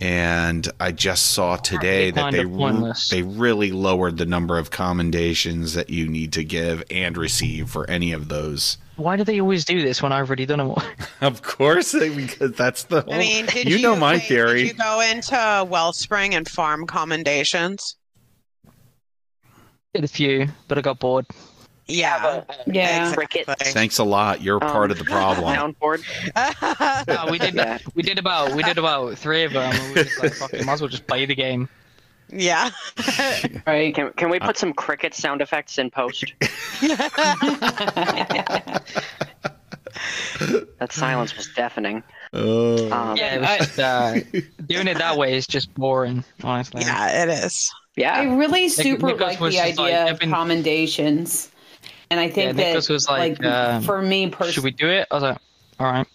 A: and I just saw today that
D: kind
A: they
D: of
A: re-
D: pointless.
A: they really lowered the number of commendations that you need to give and receive for any of those.
D: Why do they always do this when I've already done *laughs* it?
A: Of course, *laughs* they- because that's the whole.
C: I mean, did
A: you,
C: you,
A: know my
C: wait,
A: theory.
C: Did you go into Wellspring and farm commendations?
D: Did a few, but I got bored.
C: Yeah.
F: Yeah.
C: exactly.
A: Thanks a lot. You're
B: Um,
A: part of the
F: *laughs*
A: problem.
B: Soundboard.
C: *laughs*
D: No, we *laughs* did
B: Yeah.
D: we did about we did about three of them. and we were just like, fuck it, might as well just play the game.
C: yeah.
F: Right.
B: Can, can we
A: Uh,
B: put some cricket sound effects in post? That silence was deafening.
A: Oh.
B: Um, yeah.
D: Yeah, it was just, uh, doing it that way is just boring, honestly.
C: Yeah, it is.
F: *laughs* I really super
D: Nicholas
F: like
D: was
F: the
D: just like,
F: idea
D: I've
F: of
D: been-
F: commendations. And I think
D: Yeah,
F: that
D: Nicholas was like, um,
F: for me
D: Should
F: personally
D: we do it? I was like, all right.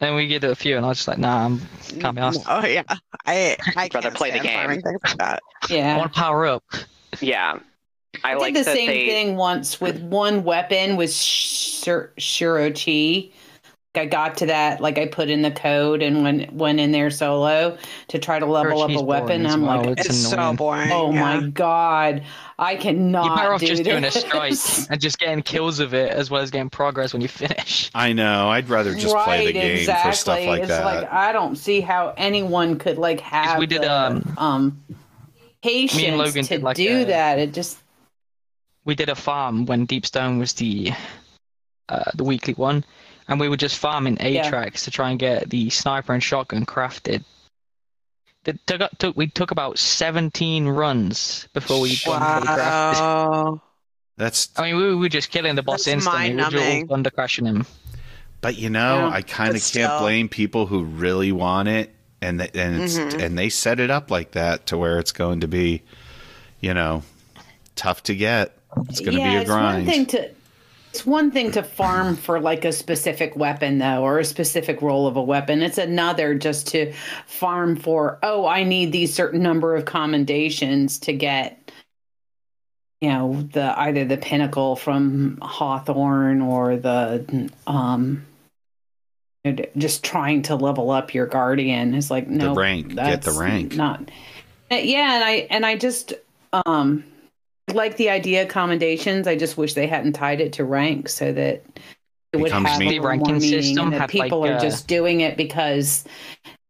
D: Then we get a few, and I was just like, nah, I'm, can't be asked.
C: Oh yeah. I I
B: I'd rather
C: can't
B: play the
C: stand
B: game.
C: farming Things like that.
D: I
F: yeah.
D: want to power up.
B: yeah. I,
F: I,
B: like
F: did the
B: that
F: same
B: they.
F: thing once with one weapon with Shir- Shirochi. I got to that, like I put in the code and went went in there solo to try to level
D: Shirochi's
F: up a weapon.
D: boring as
F: I'm
D: well.
F: like,
C: It's,
D: It's
C: so
D: annoying.
C: boring.
F: oh
C: yeah.
F: my god, I cannot
D: you power off
F: do
D: just
F: this.
D: doing a
F: *laughs*
D: strike and just getting kills of it as well as getting progress when you *laughs* finish.
A: I know. I'd rather just
F: right,
A: play the game
F: exactly.
A: for stuff like
F: it's
A: that.
F: like I don't see how anyone could like have
D: we did,
F: the,
D: um,
F: um patience
D: Logan
F: to
D: did, like,
F: do
D: a-
F: that. It just
D: We did a farm when Deep Stone was the uh, the weekly one, and we were just farming A
F: Yeah.
D: tracks to try and get the sniper and shotgun crafted. That took, took we took about 17 runs before we got fully crafted.
F: *laughs*
C: Wow.
A: That's.
D: I mean, we were just killing the boss
C: That's
D: instantly. We were
C: mind-numbing.
D: just under crashing him.
A: But you know,
F: Yeah.
A: I kind of can't
C: But still.
A: blame people who really want it, and th- and it's,
F: Mm-hmm.
C: Mhm.
A: and they set it up like that to where it's going to be, you know, tough to get. It's going to
F: yeah,
A: be a grind.
F: It's one thing to it's one thing to farm for like a specific weapon though, or a specific role of a weapon. It's another just to farm for, oh, I need these certain number of commendations to get you know, the either the pinnacle from Hawthorne or the um it- just trying to level up your guardian is like no
A: rank. Get the
F: that's
A: rank.
F: Not yeah, and I and I just um like the idea of commendations. I just wish they hadn't tied it to rank so that it would
A: Becomes
F: have
A: mean-
F: a
D: The
F: little
D: ranking
F: more meaning
D: system
F: and that
D: had, like,
F: people are
D: uh,
F: just doing it because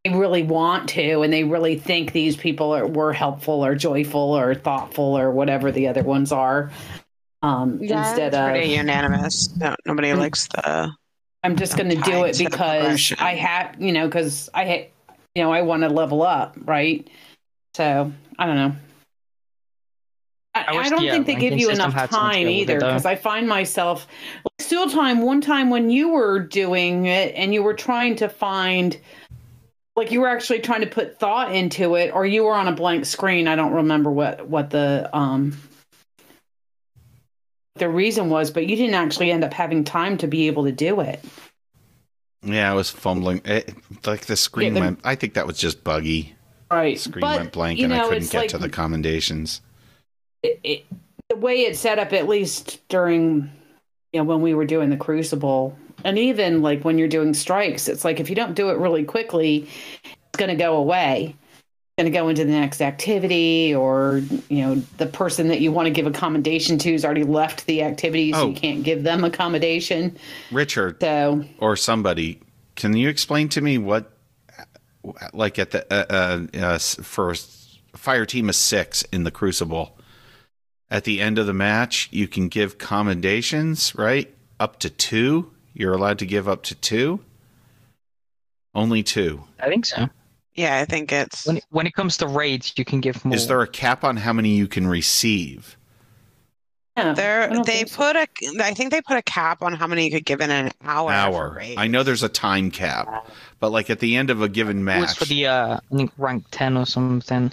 F: they really want to and they really think these people are, were helpful or joyful or thoughtful or whatever the other ones are. Um, instead of
C: pretty unanimous. No, nobody likes the.
F: I'm just going to do
C: tied
F: it
C: to the
F: because
C: progression.
F: I have, you know, because I, ha- you know, I want to level up, right? So I don't know. I,
D: I
F: I,
D: wish
F: don't
D: the, uh,
F: think they give
D: ranking
F: you
D: system
F: enough
D: had something to
F: time
D: do with it,
F: either
D: though.
F: because I find myself like, still time. One time when you were doing it and you were trying to find, like, you were actually trying to put thought into it, or you were on a blank screen. I don't remember what what the um the reason was, but you didn't actually end up having time to be able to do it.
A: yeah, I was fumbling. It, like the screen
F: Yeah, the-
A: went. I think that was just buggy.
F: Right.
A: The screen
F: But,
A: went blank,
F: you
A: and I
F: know,
A: couldn't
F: it's
A: get
F: like-
A: to the commendations.
F: it, it, the way it's set up, at least during, you know, when we were doing the Crucible, and even like when you're doing strikes, it's like if you don't do it really quickly, it's going to go away. It's Going to go into the next activity, or you know, the person that you want to give accommodation to has already left the activity, so
A: Oh.
F: you can't give them accommodation.
A: Richard
F: So
A: or somebody, can you explain to me what, like at the uh, uh, uh, s- for s- fire team of six in the Crucible, at the end of the match, you can give commendations, right? Up to two. You're allowed to give up to two. Only two.
D: I think so.
C: Yeah, I think it's.
D: When it, when it comes to raids, you can give more.
A: Is there a cap on how many you can receive?
F: yeah, I
C: They're,
F: don't
C: they
F: think so.
C: put a. I think they put a cap on how many you could give in an
D: Oh,
C: hour.
A: Hour.
C: Right.
A: I know there's a time cap, but like at the end of a given
D: It was
A: match,
D: for the uh, I think rank ten or something.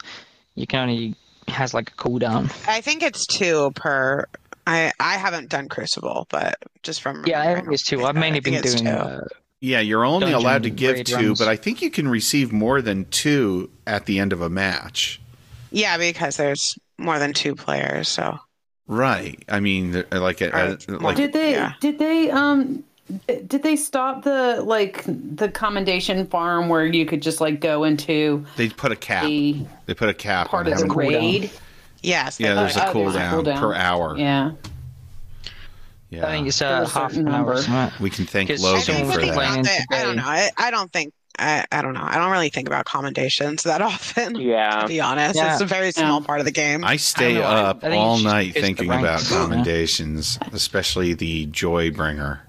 D: You can only it has like a cooldown.
C: I think it's two per. I I haven't done Crucible, but just from
D: Yeah, I
C: remembering
D: think it's two.
C: off
D: I've
C: the
D: mainly
C: head, I
D: been
C: think it's
D: doing.
C: two.
D: Uh,
A: Yeah, you're only
D: dungeon
A: allowed to give
D: raid
A: two,
D: runs.
A: but I think you can receive more than two at the end of a match.
C: yeah, because there's more than two players, so
A: Right. I mean, th- like, uh,
C: Alright,
A: like
F: Did they?
C: Yeah.
F: Did they? Um, Did they stop the like the commendation farm where you could just like go into
A: They put a cap.
F: the
A: They put a cap
F: part
A: on
F: of
A: how
F: the
A: many.
F: raid?
C: Yes.
A: Yeah, there's a
D: Uh,
F: Oh, there's a
A: cooldown
F: cooldown.
A: per hour.
F: Yeah.
A: Yeah.
D: I think it's
F: There
D: uh,
F: was a
D: half
F: certain
D: an hour.
F: number.
D: or something.
A: we can thank
D: Because
C: I,
A: Logan
D: so
C: mean,
D: many
A: for
C: really
D: people
A: that.
D: playing
C: about that, I don't
D: today.
C: know. I, I don't think I, I don't know. I don't really think about commendations that *laughs* often. To
B: Yeah.
C: be honest,
D: Yeah.
C: it's a very small part of the game.
A: I stay
D: I don't know, I-
A: up
D: I think
A: all
D: it's just-
A: night
D: it's the
A: thinking about
D: ranks, *laughs* yeah.
A: commendations, especially the joy bringer.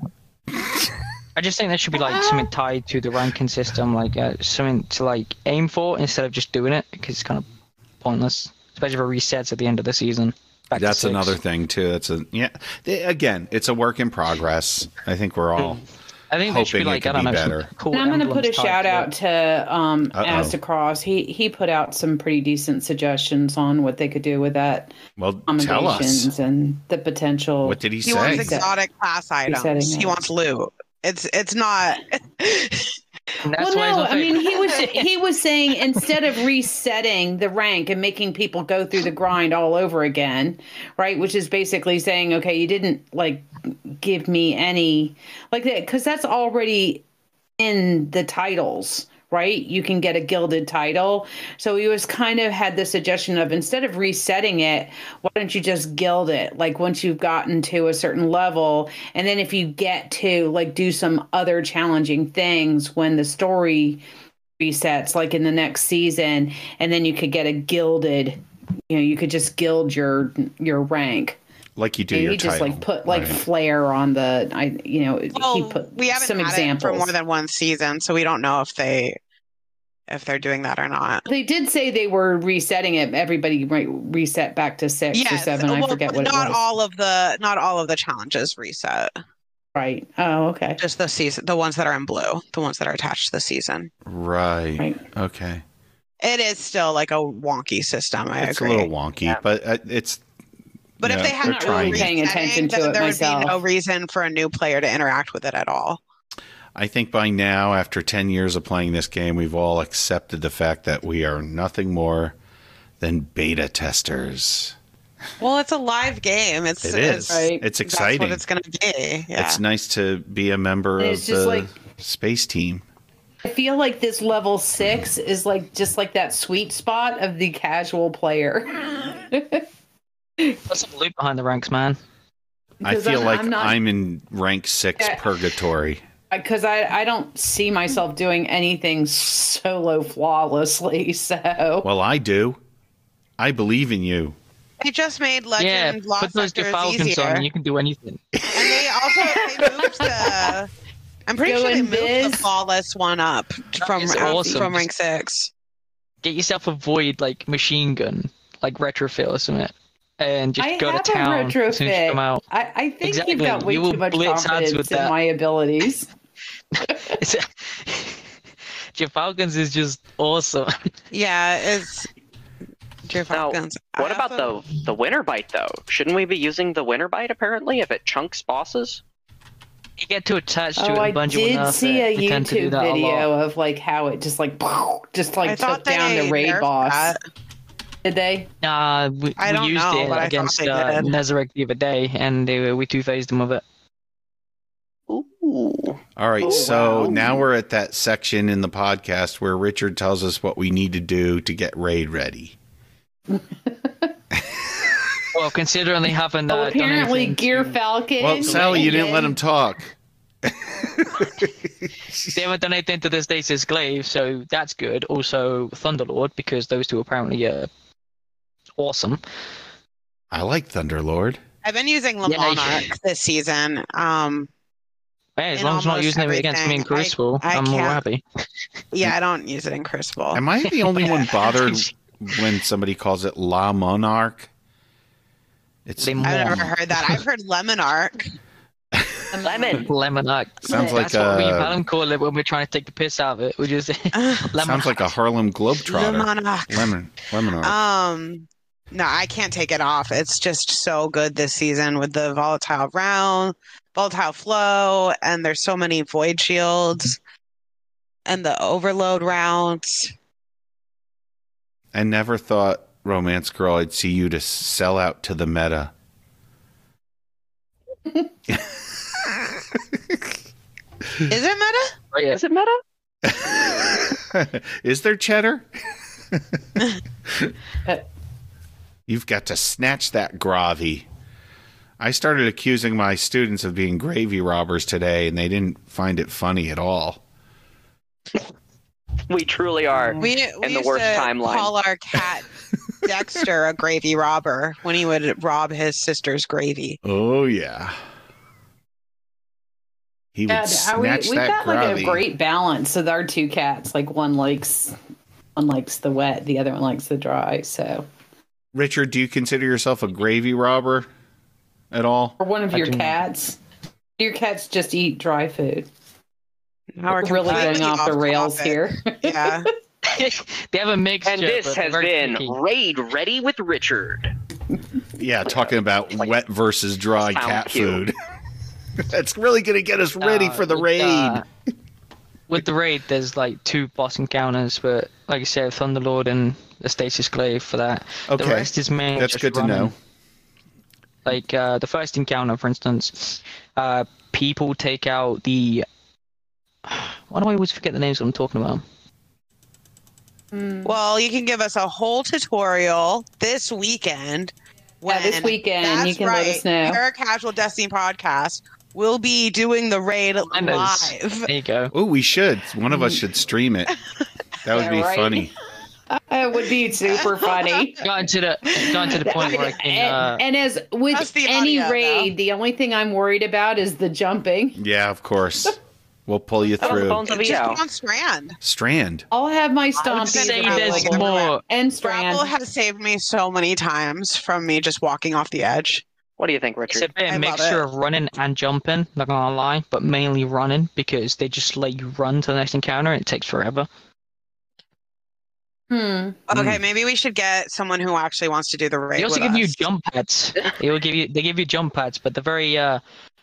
D: I just think there should be like something tied to the ranking system, like uh, something to like aim for instead of just doing it because it's kind of pointless, especially for resets at the end of the season. Back to
A: That's
D: six.
A: another thing too. That's a yeah. They, again, it's a work in progress. I think we're all
D: I think there should be
A: hoping it
D: like
A: could
D: I don't
A: be
D: know. some
A: better.
D: Cool
F: And I'm going to put
D: emblems
F: a
D: tied
F: shout
D: to it.
F: out to um,
A: Uh-oh.
F: Astacross. He he put out some pretty decent suggestions on what they could do with that
A: well. Tell us
F: commendations and the potential.
A: what did he,
C: he
A: say?
C: wants exotic class items.
F: setting
C: He
F: it.
C: wants loot. It's it's
F: *laughs*
C: not.
D: And that's why
F: well,
D: it's
F: no,
D: not
F: I
D: fair.
F: mean he was
D: *laughs*
F: he was saying instead of resetting the rank and making people go through the grind all over again, right? Which is basically saying, okay, you didn't like give me any like that because that's already in the titles, right? You can get a gilded title, so he was kind of had the suggestion of instead of resetting it, why don't you just gild it? Like once you've gotten to a certain level, and then if you get to like do some other challenging things when the story resets, like in the next season, and then you could get a gilded. You know, you could just gild your your rank.
A: Like you do
F: And
A: your
F: he just
A: title.
F: like put like
A: Right.
F: flair on the. I you know he
C: Well,
F: put
C: we haven't
F: some
C: had
F: examples
C: it for more than one season, so we don't know if they if they're doing that or not.
F: They did say they were resetting it. Everybody re- reset back to six or seven. I
C: well,
F: forget what it
C: not
F: was.
C: all of the not all of the challenges reset.
F: Right. Oh, okay.
C: Just the season, the ones that are in blue, the ones that are attached to the season.
A: right.
F: Right.
A: Okay.
C: It is still like a wonky system. I
A: it's
C: agree.
A: a little wonky, but uh, it's
C: but
A: yeah,
C: if they
A: they're
C: hadn't
A: trying.
C: really
A: I'm
F: paying
C: resetting,
F: attention to
C: then
F: it
C: there would be no
F: myself.
C: reason for a new player to interact with it at all.
A: I think by now, after 10 years of playing this game, we've all accepted the fact that we are nothing more than beta testers.
C: Well, it's a live game. It's
A: It
C: it's-
A: is.
F: right.
A: It's
C: that's
A: exciting.
C: what it's going to be. Yeah.
A: It's nice to be a member
F: And
A: of
F: it's just
A: the
F: like-
A: space team.
F: I feel like this level six is like just like that sweet spot of the casual player. *laughs*
D: Put some loot behind the ranks, man.
A: I
F: 'Cause
A: feel
F: I'm-
A: like
F: I'm
A: I'm,
F: not-
A: in rank six
F: Yeah.
A: purgatory.
F: Because I, I don't see myself doing anything solo flawlessly. *laughs* So
A: Well, I do. I believe in you.
C: They just made
D: yeah,
C: Legend
D: put
C: Lost
D: those
C: Sectors
D: defalcons
C: easier,
D: on and
C: and
D: you can do anything.
C: they also they *laughs* moved the. I'm pretty
F: Go
C: sure they
F: in
C: moved the
F: biz.
C: flawless one up from
D: is
C: out-
D: awesome.
C: from rank six.
D: Get yourself a void like machine gun, like retrofit or something, and just
F: I
D: go
F: have
D: to
F: a
D: town as soon as you
F: retrofit.
D: come out.
F: I, I think you've
D: Exactly.
F: got way
D: You will
F: too much
D: blitz ads
F: confidence
D: with
F: in
D: that.
F: my abilities.
D: It's *laughs* Jafalcons is just awesome.
C: Yeah, it's. Dear
B: Now,
C: Falcons. I
B: What about
C: also-
B: the the winter bite though? Shouldn't we be using the winter bite apparently if it chunks bosses?
D: You get too attached to
F: Oh,
D: it.
F: I
D: and bungee
F: did
D: enough
F: see
D: that
F: a
D: you tend to do
F: YouTube
D: that a lot.
F: video of like how it just like *laughs* just
C: I
F: like
C: thought
F: took down
C: they
F: the raid
C: nerfed
F: boss.
C: that.
F: Did they?
D: Nah, we,
C: I
D: we
C: don't
D: used
C: know,
D: it
C: but I thought
D: against
C: they
D: uh,
C: did.
D: Nezarek the other day, and they were, we two phased them with it.
B: Ooh.
A: All right.
F: Oh,
A: so
F: wow.
A: now we're at that section in the podcast where Richard tells us what we need to do to get raid ready.
D: Well, considering
F: *laughs*
D: they haven't.
F: oh,
D: uh, done
F: apparently
D: anything
F: Gear
D: to-
F: Falcon.
A: Well, Sally, you didn't let him talk.
D: They haven't done anything to this Dace's Glaive, so that's good. Also, Thunderlord, because those two apparently are awesome.
A: *laughs* I like Thunderlord.
C: I've been using La
D: Yeah, you-
C: Monarch this season. Um,
D: Hey, as
C: In
D: long as I'm not
C: almost
D: using it against me in
C: everything, I-
D: Crucible,
C: I
D: I, am all
C: can't-
D: happy.
C: yeah, I don't use it in Crucible.
A: Am I the only one *laughs* bothered when somebody calls it La Monarch? It's
D: Le Mon-
C: I've never heard that. I've heard Lemonarch. *laughs*
B: Lemon.
D: Lemon Arc.
A: Sounds like uh,
D: That's what we
A: a-
D: Adam call it when we're trying to take the piss out of it.
C: *laughs*
D: We just *laughs* lemon.
A: sounds like a Harlem Globetrotter.
C: Lemonarch.
A: Lemon, Lemonarch.
C: Um, no, I can't take it off. It's just so good this season with the volatile round, volatile flow, and there's so many void shields and the overload
B: *clears throat*
C: rounds.
A: I never thought, Romance Girl, I'd see you to sell out to *laughs* the meta.
C: Is it meta?
B: Is it meta?
A: *laughs* Is there
F: *laughs*
A: cheddar?
F: Uh,
A: You've got to snatch that gravy. I started accusing my students of being gravy robbers today, and they didn't find it funny at all.
B: We truly are.
D: Mm,
C: We, we
B: the
C: used
B: worst
C: to
B: timeline.
C: call
B: *laughs*
C: our cat Dexter a gravy robber when he would rob his sister's gravy.
A: Oh yeah, he would
F: yeah, uh, we,
A: snatch
F: we've
A: that
F: got like
A: gravy.
F: a great balance of our two cats. Like one likes one likes the wet, the other one likes the dry. So,
A: Richard, do you consider yourself a gravy robber at all?
F: or one of
D: I
F: your
D: do not.
F: cats. Do your cats just eat dry food?
C: Now
F: We're really
C: completely
F: going off the rails
C: topic.
F: here. *laughs*
C: Yeah.
D: *laughs* they have a mixture.
B: And this
D: but they're
B: has
D: very
B: been
D: picky.
B: Raid Ready with Richard.
A: Yeah, talking about
B: Like-
A: wet versus dry
B: Sound
A: cat
B: cute.
A: food. *laughs* That's really gonna get us ready
D: Uh,
A: for the
D: with,
A: raid.
D: uh, with the raid, there's like two boss encounters, but like you said, Thunderlord and the Stasis Glaive for that.
A: Okay.
D: The rest is mainly
A: That's
D: just
A: good to
D: running.
A: know.
D: Like uh, the first encounter, for instance, uh, people take out the. *sighs* Why do I always forget the names I'm talking about?
F: Mm-hmm.
C: Well, you can give us a whole tutorial this weekend.
F: Yeah, this
C: when-
F: weekend,
C: That's
F: you can
C: right.
F: let us know.
C: Her Casual Destiny podcast will be doing the raid
D: Find us.
C: live.
D: There you go.
A: Oh, we should. One of us
F: *laughs*
A: should stream it. That would
F: Yeah,
A: be
F: right.
A: funny.
F: it would be
C: *laughs*
F: super funny.
D: Gotten to the gotten to the point where I can. Uh,
F: and, and as
C: That's
F: with
C: the
F: any
C: audio,
F: raid, the only thing I'm worried about is the jumping.
A: Yeah, of course. We'll pull
F: *laughs*
A: you
B: Oh, the
A: through.
B: bones will be
C: Just
B: out.
C: put on Strand.
A: Strand.
F: I'll have my
C: I would
F: stompy
C: say
D: say
C: Grapple
D: there's
C: like
D: more.
F: and
C: Grapple
F: strand.
C: has saved me so many times from me just walking off the edge.
B: What do you think,
D: It's a
B: Richard?
D: bit
C: I
D: a
C: love
D: mixture
C: it.
D: of running and jumping, not gonna lie, but mainly running because they just let you run to the next encounter and it takes forever.
F: Hmm.
C: Okay, maybe we should get someone who actually wants to do the raid.
D: They also
C: with
D: give you
C: us.
D: jump
C: *laughs*
D: pads. They will give you they give you jump pads, but they're very uh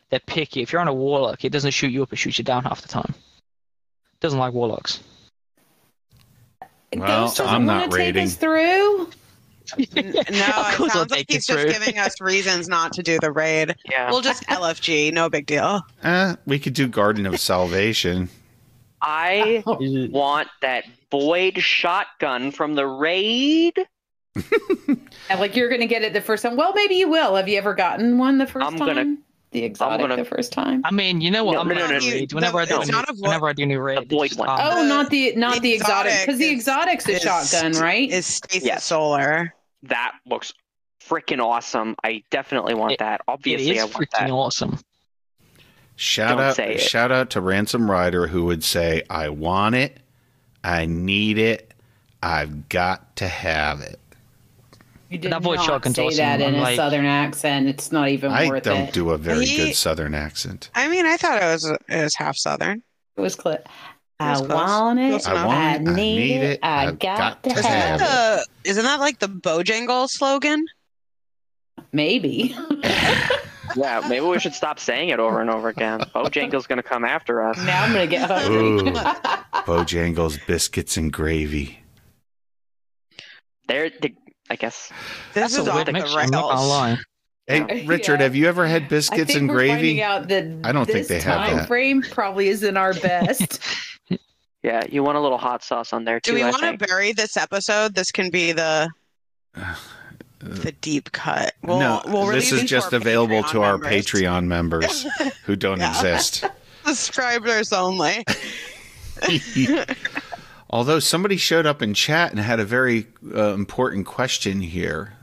D: they're picky. If you're on a warlock, it doesn't shoot you up, it shoots you down half the time. Doesn't like warlocks.
A: Well,
F: Ghost doesn't
A: I'm not
F: wanna
A: raiding.
F: Take us through. *laughs*
D: *laughs*
C: N- No,
D: Of
C: it
D: course I'll
C: sounds like
D: take you
C: he's just
D: through.
C: giving us reasons not to do the
F: *laughs*
C: raid.
B: Yeah.
C: We'll just LFG, no big deal.
A: Uh, we could do Garden of Salvation.
B: I want that void shotgun from the raid.
F: And, like you're gonna get it the first time. Well, maybe you will. Have you ever gotten one the 1st
B: I'm
F: time?
B: gonna-
F: the exotic
B: gonna-
F: the first time.
D: I mean, you know what?
B: No,
D: I'm
B: no,
D: not
B: no,
D: gonna
C: no,
D: raid.
C: no,
D: Whenever I do
C: it's
D: a
C: not
D: new,
C: a vo-
D: whenever I do new raid,
B: The
D: they
B: void
D: just,
B: one.
D: um,
F: oh,
C: the
F: not the not the exotic
C: exotic
F: because the
C: is-
F: exotic's a
C: is-
F: shotgun, right?
C: Is Stasis
B: Yes.
C: Solar.
B: That looks freaking awesome. I definitely want
D: It-
B: that.
D: it
B: Obviously,
D: is
B: I want that.
D: freaking awesome.
A: Shout
B: Don't
A: out
B: say it.
A: shout out to Ransom Rider who would say, I want it, I need it, I've got to have it.
F: you did
D: that void
F: not
D: shotgun's
F: say
D: awesome.
F: that in
D: I'm
F: a
D: like-
F: southern accent. It's not even
A: I
F: worth
A: don't
F: it.
A: do a very
C: He-
A: good southern accent.
C: I mean, I thought it was it was half Southern.
F: It was cl- I
C: was close.
F: want it.
C: Close
A: I
C: enough.
A: want
F: I
A: it, I need it,
F: I
A: I've got
F: got to
A: to have
F: have
A: it.
C: Uh, isn't that like the Bojangle slogan?
F: Maybe. *laughs*
B: Yeah, maybe we should stop saying it over and over
D: *laughs*
B: again. Bojangle's gonna come after us.
F: now I'm gonna get *laughs* hungry.
A: Ooh. Bojangles biscuits and gravy.
B: There, the- I guess.
C: This
B: That's
C: is
B: a
C: off
B: weird
C: the
B: mix.
C: rails.
B: I'm
D: I'm not gonna lie.
A: Hey,
F: Yeah.
A: Richard, have you ever had
F: I
A: biscuits
F: think
A: and
F: we're
A: gravy?
F: finding out that
A: I don't think
F: this
A: they have
F: time
A: that.
F: frame probably isn't
A: *laughs*
F: our best.
B: Yeah, you want a little hot sauce on there too.
C: Do we
B: I
C: want to
B: think.
C: bury this episode? This can be the the deep cut. We'll,
A: no,
C: we'll
A: this
C: release
A: is
C: it
A: just
C: our
A: available
C: Patreon
A: to our
C: members.
A: Patreon members who don't
C: Yeah.
A: exist.
C: *laughs* subscribers only.
A: Although somebody showed up in chat and had a very uh, important question here.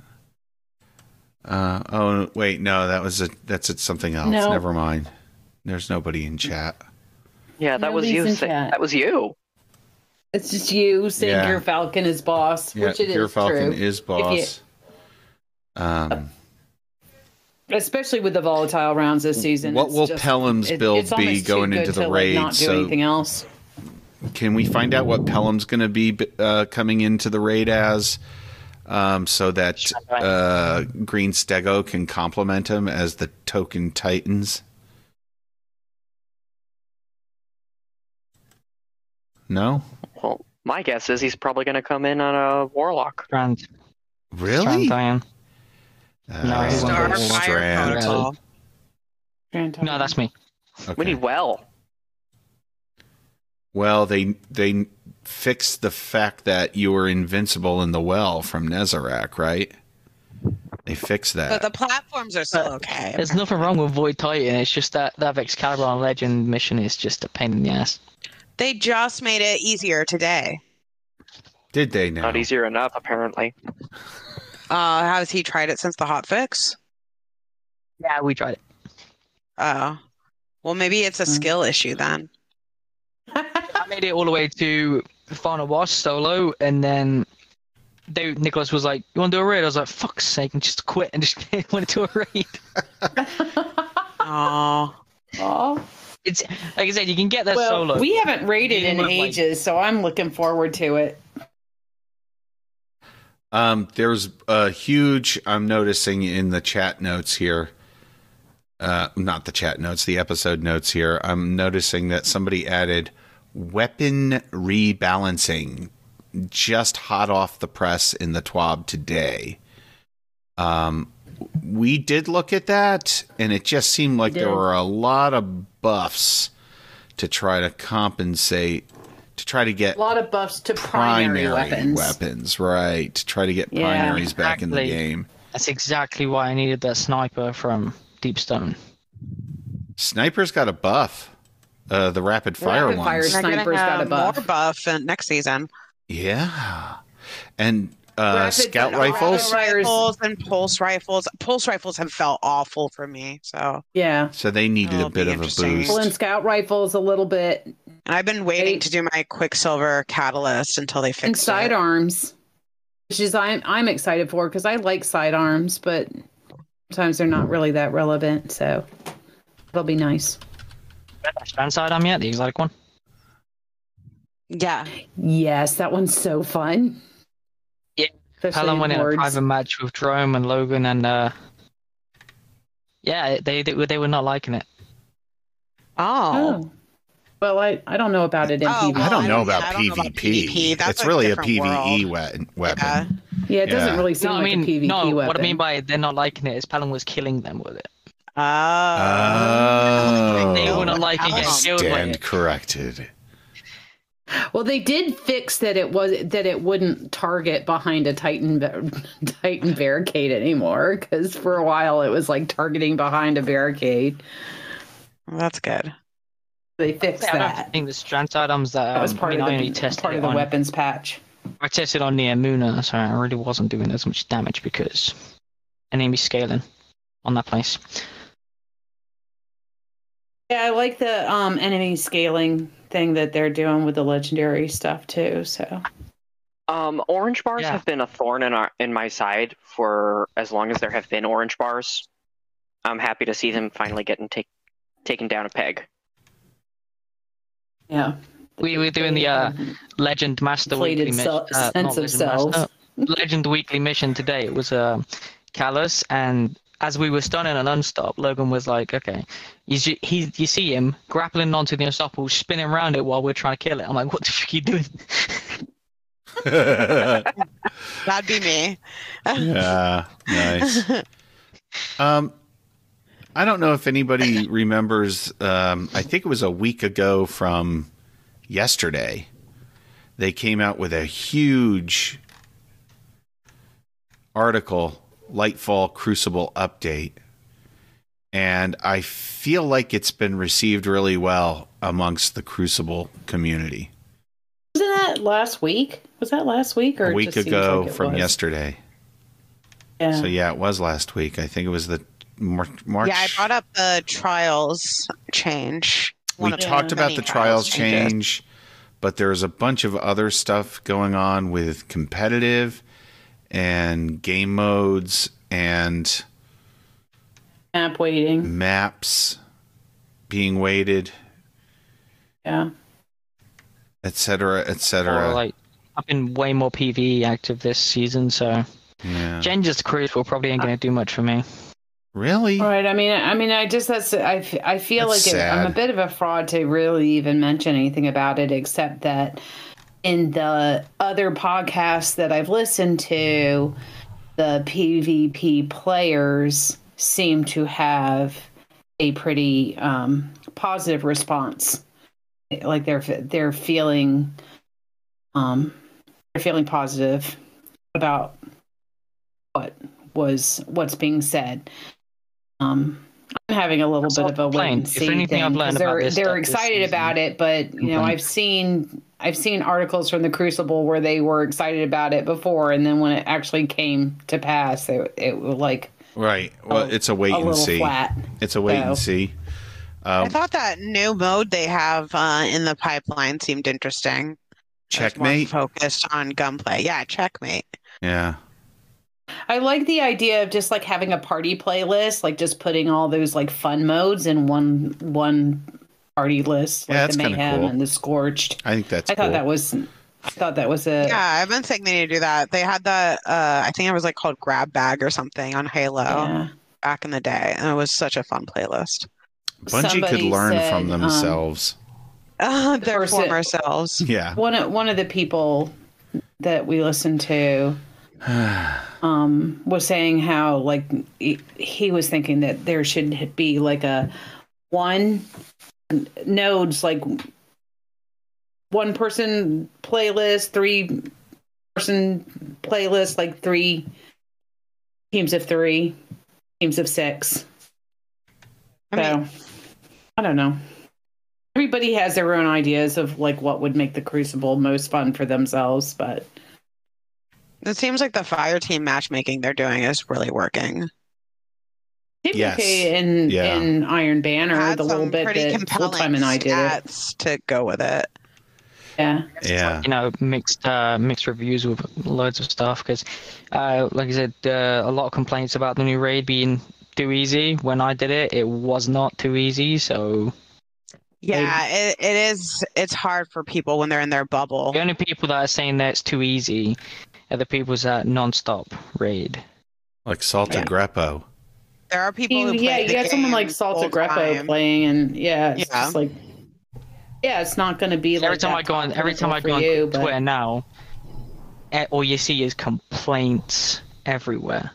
A: Uh, oh wait, no, that was a that's it, something else.
F: No.
A: Never mind. There's nobody in chat.
B: Yeah, that was
F: Nobody's
B: you.
F: in
B: Sa-
F: chat.
B: that was you.
F: It's just you saying
A: Yeah.
F: your Falcon is boss, which it is
A: Pure Falcon
F: true,
A: is boss. um,
F: especially with the volatile rounds this season.
A: what
F: it's
A: will
F: just-
A: Pelham's
F: it-
A: build
F: it's
A: be
F: almost too
A: going
F: good
A: into
F: to,
A: the
F: like,
A: raid?
F: not do
A: so
F: anything else.
A: can we find out what Pelham's going to be uh, coming into the raid as, um, so that uh, Green Stego can compliment him as the token Titans? No,
B: Well, my guess is he's probably gonna come in on a warlock.
D: Grand,
A: really?
D: Grand Iron. No, he won't
A: Uh, Strand.
D: go
C: Starfire
D: Strand.
C: Protocol.
F: Grand *laughs*
D: No, that's me.
A: Okay.
B: We need well.
A: Well, they they fixed the fact that you were invincible in the well from Nezarek, right? They fixed
C: But
A: that.
C: the platforms are still okay.
D: There's nothing wrong with Void Titan. It's just that that Excalibur on Legend mission is just a pain in the ass.
C: They just made it easier today.
A: Did they now?
B: Not easier enough, apparently.
C: Uh, has he tried it since the hot fix?
D: Yeah, we tried it.
C: Oh, well, maybe it's a
F: Mm.
C: skill issue
F: *laughs*
C: then.
D: I made it all the way to the final boss solo, and then they, Nicholas was like, "You want to do a raid?" I was like, "Fuck's sake!" and just quit and just *laughs* went to a raid.
C: Oh,
F: oh.
D: It's like I said, you can get that
F: Well,
D: solo.
F: we haven't rated
D: Game
F: in
D: of, like-
F: ages, so I'm looking forward to it.
A: Um, there's a huge. I'm noticing in the chat notes here. Uh, not the chat notes, the episode notes here. I'm noticing that somebody added weapon rebalancing, just hot off the press in the TWAB today. Um, we did look at that, and it just seemed like there
F: Yeah.
A: were a lot of buffs to try to compensate, to try to get
F: A lot of buffs to primary,
A: primary,
F: weapons.
A: weapons. right? To try to get
F: Yeah.
A: primaries back in the
D: Exactly.
A: game.
D: That's exactly why I needed that sniper from Deepstone.
A: Sniper's got a buff. Uh, the rapid fire
F: Rapid
A: ones.
F: fire
C: They're gonna
F: Sniper's got a
C: have
F: buff.
C: more buff in- next season.
A: Yeah, and uh,
F: Rapid
A: scout
F: fire
A: rifles.
F: rifles.
C: rifles, and pulse rifles. Pulse rifles have felt awful for me. So,
F: Yeah.
A: So they needed
C: That'll
A: a bit
C: Oh, be
A: of a
C: interesting.
A: boost.
F: Well, and scout rifles a little bit,
C: and I've been waiting
F: Eight.
C: to do my Quicksilver Catalyst until they
F: and
C: fix it.
F: sidearms, which is I'm I'm excited for because I like sidearms, but sometimes they're not really that relevant. So it'll be nice.
D: Stand side arm yet? The exotic one.
C: Yeah,
F: Yes, that one's so fun.
D: Yeah.
F: Especially
D: Helen
F: in
D: went in a
F: hordes.
D: private match with Drome and Logan, and uh, yeah, they, they were- they were not liking it.
C: Oh.
F: Oh. Well, I, I don't know about it in
C: Oh,
F: PvP.
A: I don't
C: Well,
A: know
C: I-
A: about
C: yeah, I don't
A: PvP.
C: know about PvP. That's
A: it's
C: like a
A: really a
C: different
A: PVE we- weapon.
C: yeah.
F: Yeah, it doesn't
A: Yeah.
F: really seem
D: No, I
F: like
D: mean,
F: a PvP
D: no.
F: weapon.
D: What I mean by they're not liking it is Palin was killing them with it.
A: Oh,
D: They wouldn't like it.
A: I
D: Yes.
C: Awesome.
D: They would like
A: stand
D: it.
F: *laughs*
A: corrected.
F: well, they did fix that it was that it wouldn't target behind a Titan *laughs* ba- Titan barricade anymore because for a while it was like targeting behind a barricade.
C: That's good.
F: They fixed
D: I don't
F: that.
D: think the strand items that,
F: That was
D: um,
F: part
D: I mean, I
F: of
D: only
F: the
D: tested
F: part of
D: it
F: the
D: on,
F: weapons patch.
D: I tested on Neomuna, so I really wasn't doing as much damage because enemy scaling on that place.
F: Yeah, I like the um, enemy scaling thing that they're doing with the legendary stuff too. So
B: Um, orange bars
D: Yeah.
B: have been a thorn in our in my side for as long as there have been orange bars. I'm happy to see them finally getting take, taken down a peg.
F: yeah,
D: We were doing the uh, Legend Master
F: Inflated
D: Weekly
F: cel-
D: mission. Uh,
F: sense
D: not
F: of
D: Legend
F: self.
D: Master, *laughs* Legend Weekly mission today. It was uh, Callus, and as we were stunning an unstop, Logan was like, "Okay, you see, he, you see him grappling onto the unstoppable, spinning around it while we're trying to kill it." I'm like, "What the fuck are you doing?"
C: That'd be me.
A: yeah, nice.
F: *laughs*
A: Um, I don't know if anybody remembers. Um, I think it was a week ago from yesterday. They came out with a huge article, Lightfall Crucible update, and I feel like it's been received really well amongst the Crucible community.
F: Wasn't that last week? Was that last week or
A: A
F: it
A: week
F: just seems
A: ago
F: like it
A: from
F: was?
A: yesterday.
F: Yeah.
A: So yeah, it was last week. I think it was the Mar- March.
C: Yeah, I brought up the trials change.
A: we
C: One of
A: talked about
C: many
A: the trials
C: changes.
A: change, but there's a bunch of other stuff going on with competitive and game modes and
F: Map waiting.
A: maps being weighted,
F: Yeah.
A: etc., cetera, etc.
D: *laughs* or
A: Cetera.
D: like, I've been way more PVE active this season, so
A: yeah.
D: Changes to Cruise will probably ain't gonna do much for me.
A: Really?
F: All right. I mean, I mean, I just that's I, f- I feel
A: That's
F: like it, I'm a
A: sad.
F: bit of a fraud to really even mention anything about it, except that in the other podcasts that I've listened to, the PvP players seem to have a pretty um, positive response like they're they're feeling um they're feeling positive about what was what's being said. Um, I'm having a little
D: That's
F: bit
D: all
F: of a wait
D: complained.
F: and
D: If
F: see
D: anything,
F: thing
D: I've
F: 'cause
D: learned about
F: they're
D: this
F: they're
D: stuff this
F: excited
D: season.
F: about it, but you know
D: Complaint.
F: I've seen I've seen articles from the Crucible where they were excited about it before, and then when it actually came to pass, they, it was like
A: Right. Well,
F: Oh,
A: it's a wait
F: a
A: and
F: little
A: see.
F: flat.
A: It's a wait
F: so.
A: and see. Um,
C: I thought that new mode they have uh, in the pipeline seemed interesting. It was more
A: Checkmate.
C: focused on gunplay. Yeah, checkmate.
A: Yeah.
F: I like the idea of just like having a party playlist, like just putting all those like fun modes in one one party list, like
A: Yeah, that's
F: the
A: kinda
F: mayhem
A: cool.
F: and the scorched.
A: I think that's
F: I thought
A: cool.
F: that was I thought that was a
C: Yeah, I've been thinking they need to do that. They had the uh, I think it was like called Grab Bag or something on Halo
F: yeah.
C: back in the day, and it was such a fun playlist. *laughs*
A: Bungie could
F: somebody
A: learn
F: said,
A: from
F: um,
A: themselves.
C: Uh, their
F: Person-
C: former selves.
A: yeah. *sighs*
F: one of one of the people that we listened to um was saying how like he, he was thinking that there should be like a one nodes like one person playlist three person playlist like three teams of three teams of six
C: I
F: so
C: mean,
F: I don't know. Everybody has their own ideas of like what would make the crucible most fun for themselves, but
C: it seems like the fire team matchmaking they're doing is really working.
A: Yes.
F: typically in
A: Yeah.
F: in Iron Banner,
C: Had
F: the little
C: some
F: bit
C: pretty
F: that full
C: compelling
F: time and I did it.
C: stats to go with it.
F: Yeah,
A: Yeah.
D: you know mixed uh, mixed reviews with loads of stuff because uh, like I said uh, a lot of complaints about the new raid being too easy when I did it it was not too easy so
C: Yeah, it, it is. It's hard for people when they're in their bubble.
D: the only people that are saying that it's too easy are the people that non-stop raid
A: Like Salta
C: Yeah.
A: Greppo.
C: There are people.
F: you,
C: who
F: yeah,
C: play
F: you
C: the
F: got someone
C: game
F: like Salta
C: full
F: Greppo
C: time.
F: playing, and yeah, it's
C: Yeah.
F: just like yeah, it's not going to be
D: every
F: like
D: time
F: that
D: I go on
F: top
D: every time I go
F: level for
D: on
F: you, but-
D: Twitter now eh, all you see is complaints everywhere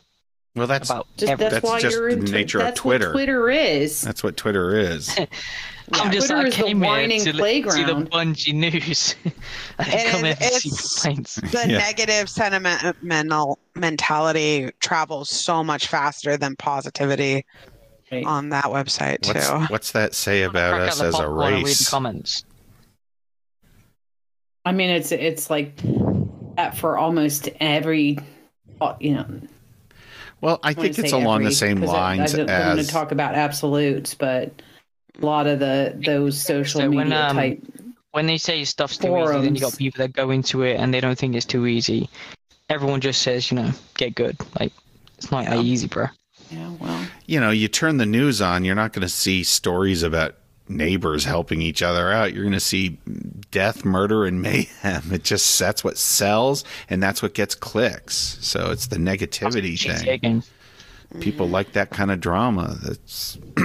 A: Well, that's
D: about
F: Just,
D: everything.
F: that's,
A: That's
F: why
A: just
F: you're in
A: the
F: Tw-
A: nature of
F: that's
A: Twitter.
F: What Twitter is.
A: that's what Twitter
F: *laughs*
A: is.
D: I'm just
F: Twitter
D: I
F: is the
D: came here
F: whining
D: to, the- to the
F: playground.
D: Bungie news *laughs* and
C: It
D: I come
C: is-
D: here to see
C: it's-
D: complaints
C: The
A: Yeah.
C: negative sentiment mental mentality travels so much faster than positivity
F: Right.
C: on that website too.
A: What's, what's that say about
D: Crack out
A: us
D: the
A: as a
D: popcorn and read the
A: race?
D: comments.
F: I mean, it's it's like that for almost every, you know.
A: Well, I
F: I wanna
A: think it's
F: say
A: along the
F: every,
A: same
F: 'cause
A: lines
F: I, I don't want
A: as
F: to talk about absolutes, but a lot of the those social
D: So
F: media
D: when, um,
F: type.
D: when they say stuff's too easy, then you got
F: Forums.
D: people that go into it and they don't think it's too easy. Everyone just says, you know, get good. Like it's not that easy, bro.
F: Yeah, well,
A: you know, you turn the news on, you're not going to see stories about neighbors helping each other out. You're going to see death, murder, and mayhem. *laughs* It just that's what sells, and that's what gets clicks. So it's the negativity
D: GTA
A: thing.
D: game.
A: People like that kind of drama. That's *clears throat*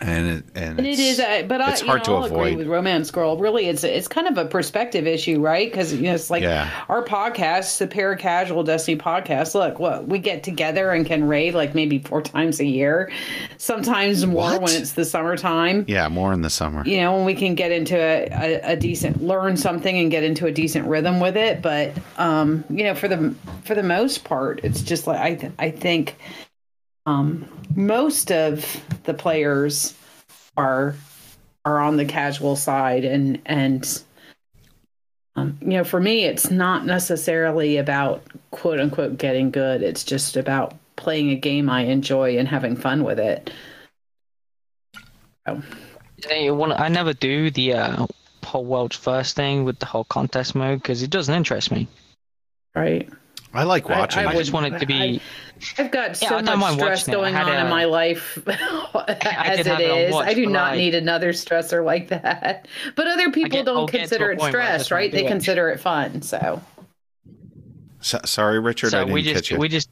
A: and it, and,
F: and it
A: it's-
F: is, uh, but I,
A: it's
F: you
A: hard
F: know,
A: to
F: I'll agree
A: avoid.
F: with Romance Girl. Really, it's it's kind of a perspective issue, right? Because you know, it's like
A: Yeah.
F: our podcast, the Para Casual Destiny podcast. Look, what we get together and can raid like maybe four *laughs* times a year, sometimes more
A: What?
F: when it's the summertime.
A: yeah, more in the summer.
F: you know, when we can get into a, a, a decent learn something and get into a decent rhythm with it. But um, you know, for the for the most part, it's just like I th- I think um, most of the players are are on the casual side and and um, you know, for me, it's not necessarily about quote unquote getting good. It's just about playing a game I enjoy and having fun with it.
D: They want- I never do the uh, whole world's first thing with the whole contest mode because it doesn't interest me.
F: Right.
A: I like
F: I-
A: watching.
F: I
D: I
A: it.
F: would-
D: just want it to be.
F: I've got
D: Yeah,
F: so
D: I don't
F: much
D: mind
F: stress
D: watching it. I
F: going
D: had
F: on in
D: a-
F: my life *laughs* as
D: did
F: it
D: have it on
F: is.
D: watch,
F: I do
D: but
F: not
D: I-
F: need another stressor like that. *laughs* But other people
D: get-
F: don't
D: I'll get to a
F: consider it
D: point where I
F: stress,
D: just wanna
F: right?
D: do
F: They
D: it.
F: consider it fun. So
A: So- sorry, Richard, I
D: so
A: didn't
D: we just
A: catch you.
D: we just.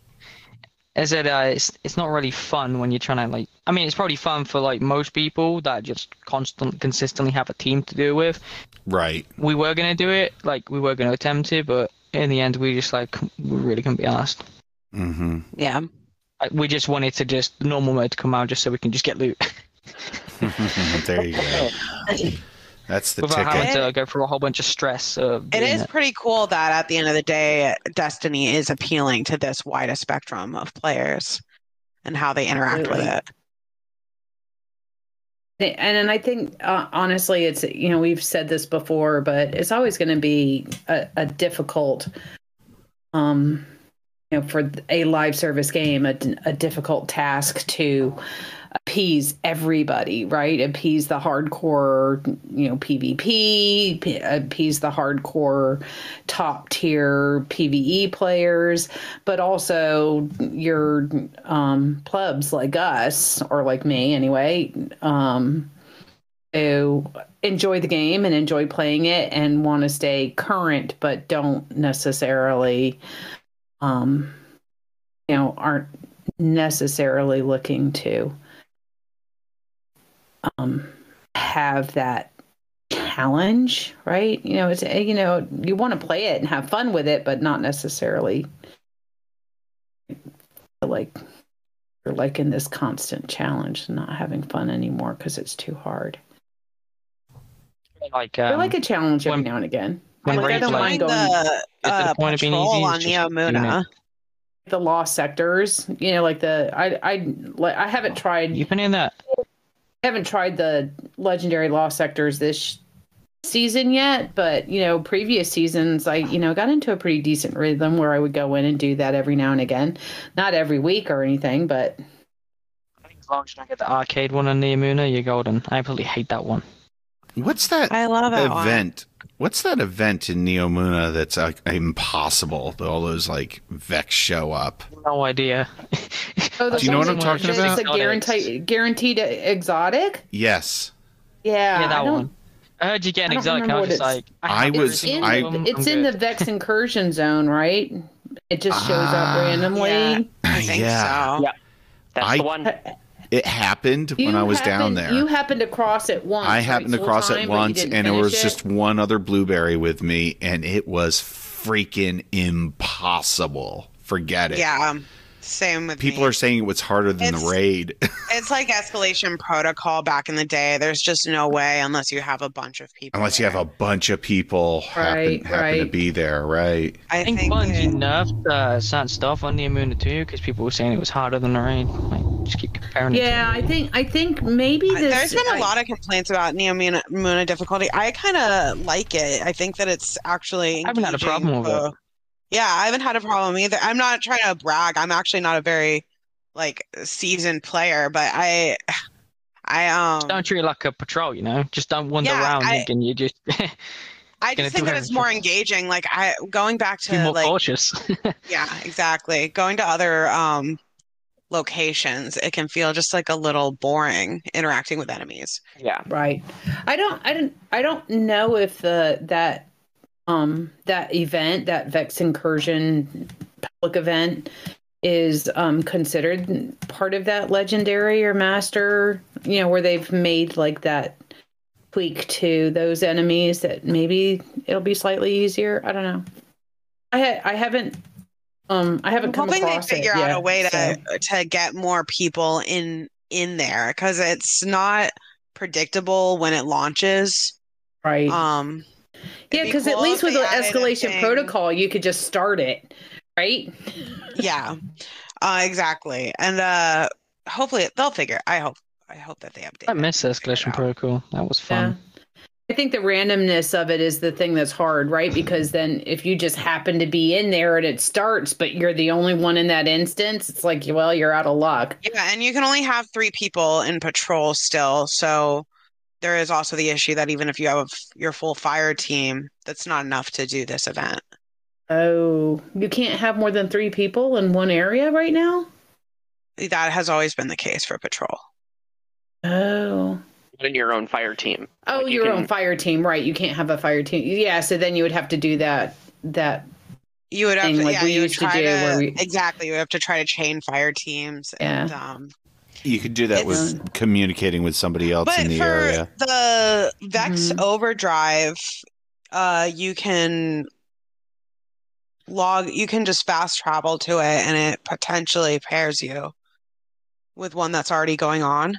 D: As I said, uh, it's it's not really fun when you're trying to like. I mean, it's probably fun for like most people that just constant consistently have a team to deal with.
A: right.
D: we were gonna do it, like we were gonna attempt it, but in the end, we just like we really couldn't be asked.
A: hmm
C: yeah,
D: Like, we just wanted to
A: *laughs*
D: just normal mode to come out just so we can just get loot.
A: there you go. That's the
D: without
A: ticket.
D: having to go through a whole bunch of stress. Of
C: It
D: doing
C: is pretty cool that at the end of the day, Destiny is appealing to this wider spectrum of players and how they interact with
F: Absolutely.
C: it.
F: And and I think uh, honestly, it's you know we've said this before, but it's always going to be a, a difficult, um, you know, for a live service game, a, a difficult task to appease everybody, right? Appease the hardcore, you know, PvP, p- appease the hardcore top tier PVE players, but also your um, plebs like us or like me anyway, um, who enjoy the game and enjoy playing it and want to stay current, but don't necessarily, um, you know, aren't necessarily looking to um, have that challenge, right? You know, it's eh, you know, you want to play it and have fun with it, but not necessarily like you're like in this constant challenge and not having fun anymore because it's too hard.
D: like,
F: I
D: um,
F: like a challenge every
D: when-
F: now and again.
D: when
F: Like, I
D: Rage
F: don't
D: Light-
F: mind going
C: the
D: Is it
C: uh,
D: the point of being easy?
C: patrol
D: It's
C: on the
D: just doing
C: Omuna.
F: the lost sectors. You know, like the I I like I haven't tried
D: You've been in that.
F: I haven't tried the legendary lost sectors this season yet, but you know, previous seasons I, you know, got into a pretty decent rhythm where I would go in and do that every now and again. Not every week or anything, but
D: I think as long as you don't get the arcade one on the Amuna, you're golden. I absolutely hate that one.
A: What's that
C: I love that one.
A: event? What's that event in Neo Muna that's like impossible? that All those like Vex show up.
D: No *laughs* idea.
F: Oh, the
A: Do you know
F: one
A: what I'm
F: that-
A: talking
F: that's
A: about?
F: a guaranteed guaranteed exotic?
A: Yes,
F: Yeah,
D: Yeah,
F: I
D: that
F: don't-
D: one. I heard you get
F: I
D: an
F: don't
D: exotic, and I
F: remember
D: was just
F: what
D: like,
A: I
D: have
A: was-
D: every
F: in
D: single
A: I-
D: one of them,
F: It's
D: I'm
F: in the
D: good.
F: Vex incursion zone, right? It just shows
A: Ah.
F: up randomly.
C: Yeah. I think
A: Yeah.
C: so.
B: Yeah. That's
A: I-
B: the one.
A: it happened when
F: You
A: I was down
F: happened-
A: there.
F: You happened to cross it once.
A: I
F: right,
A: happened to
F: full
A: cross
F: time,
A: it
F: but you
A: once,
F: didn't
A: and it
F: finish
A: was just one other blueberry with me, and it was freaking impossible. Forget it.
C: Yeah. Same with
A: People
C: me.
A: are saying it was harder than the
C: It's-
A: raid. *laughs*
C: It's like escalation protocol back in the day. There's just no way unless you have a bunch of people.
A: Unless you have a bunch of people happen,
F: Right,
A: happen to
F: right.
A: be there, right?
C: I
D: I think
C: think
D: Bungie
C: that-
D: nerfed uh, certain stuff on the Amuna too, because people were saying it was harder than the rain. Like, just keep comparing it. to
F: Yeah,
D: the
F: I
D: raid.
F: think I think maybe
C: I-
F: this.
C: There's been
F: I-
C: a lot of complaints about Neomuna Muna difficulty. I kind of like it. I think that it's actually.
D: I haven't had a
C: engaging
D: problem with it.
C: for- Yeah, I haven't had a problem either. I'm not trying to brag. I'm actually not a very like seasoned player, but I, I um,
D: Don't treat it like a patrol, you know. Just don't wander
C: Yeah,
D: around
C: I-
D: thinking you just
C: I
D: *laughs*
C: just
D: gonna
C: think
D: do
C: that it's more
D: everything.
C: engaging. Like I going back
D: be
C: to
D: more
C: like
D: cautious. *laughs*
C: Yeah, exactly. Going to other um locations, it can feel just like a little boring interacting with enemies.
B: Yeah.
F: Right. I don't. I don't. I don't know if the that um that event that Vex incursion public event is um considered part of that legendary or master. You know where they've made like that tweak to those enemies that maybe it'll be slightly easier. I don't know. I ha- I haven't. Um, I haven't
C: I'm
F: come
C: hoping they
F: across
C: figure
F: it
C: out
F: yet,
C: a way
F: so.
C: to to get more people in in there because it's not predictable when it launches.
F: right.
C: Um,
F: Yeah,
C: be
F: because at
C: cool
F: least
C: if
F: with
C: they
F: an
C: added a
F: escalation
C: thing.
F: protocol, you could just start it, right?
C: yeah, uh, exactly. And uh, hopefully they'll figure. I hope. I hope that they update.
D: I
C: it.
D: miss this collision protocol. That was fun.
F: I think the randomness of it is the thing that's hard, right? Because then if you just happen to be in there and it starts, but you're the only one in that instance, it's like, well, you're out of luck.
C: Yeah, and you can only have three people in patrol still. So there is also the issue that even if you have your full fire team, that's not enough to do this event.
F: Oh, you can't have more than three people in one area right now?
C: That has always been the case for patrol.
F: Oh.
B: In your own fire team.
F: Oh,
B: Like, you
F: your
B: can-
F: own fire team, right? You can't have a fire team. Yeah, so then you would have to do that that
C: You would have
F: Thing
C: to,
F: like
C: yeah,
F: we
C: you would
F: used to
C: try
F: do
C: to,
F: where we-
C: exactly, you would have to try to chain fire teams and um
A: You could do that with communicating with somebody else
C: but
A: in the
C: for
A: area.
C: the Vex
F: Mhm.
C: Overdrive, uh you can log you can just fast travel to it and it potentially pairs you with one that's already going on.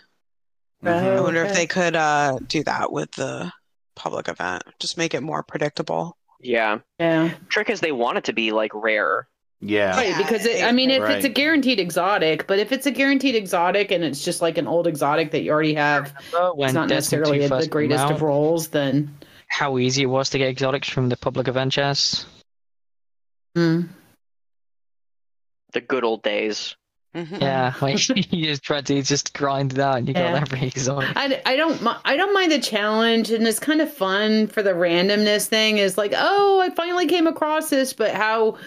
C: I
F: Oh,
C: wonder if
F: okay.
C: they could uh, do that with the public event. Just make it more predictable.
B: Yeah.
F: Yeah.
B: Trick is they want it to be like rare.
A: Yeah.
F: Right, because it, I mean, if it's a
A: Right.
F: guaranteed exotic, but if it's a guaranteed exotic and it's just like an old exotic that you already have,
D: Remember when
F: it's not
D: Destiny
F: necessarily
D: 2
F: the
D: first came
F: greatest
D: out,
F: of roles, then
D: how easy it was to get exotics from the public event chests.
F: *laughs* hmm.
B: The good old days.
C: Mhm.
D: Yeah, *laughs* like you just tried to just grind it out and you
F: Yeah.
D: got every exotic.
F: I, I don't mi- I don't mind the challenge, and it's kind of fun for the randomness thing. Is like, oh, I finally came across this, but how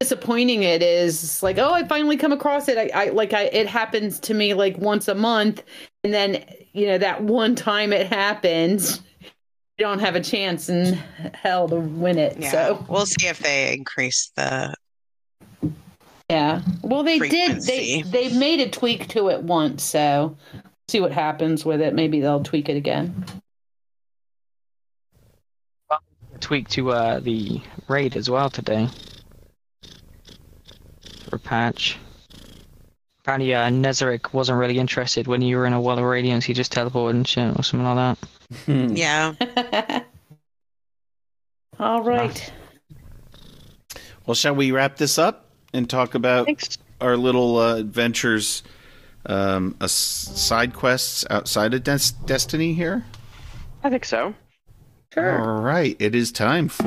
F: disappointing it is. It's like, oh, I finally come across it. I, I like I it happens to me like once a month, and then you know that one time it happens, you don't have a chance in hell to win it.
C: Yeah.
F: So
C: we'll see if they increase the
F: yeah, well they
C: Frequency.
F: did they they made a tweak to it once, so see what happens with it. Maybe they'll tweak it again.
D: tweak to uh, the raid as well today for a patch. Apparently, uh, Nezarek wasn't really interested when you were in a wall of radiance. He just teleported and shit or something like that.
A: Hmm.
C: yeah.
F: *laughs* All right.
A: Well, shall we wrap this up and talk about our little uh, adventures, um, as- side quests outside of Des- Destiny here?
B: I think so.
A: All right, it is time for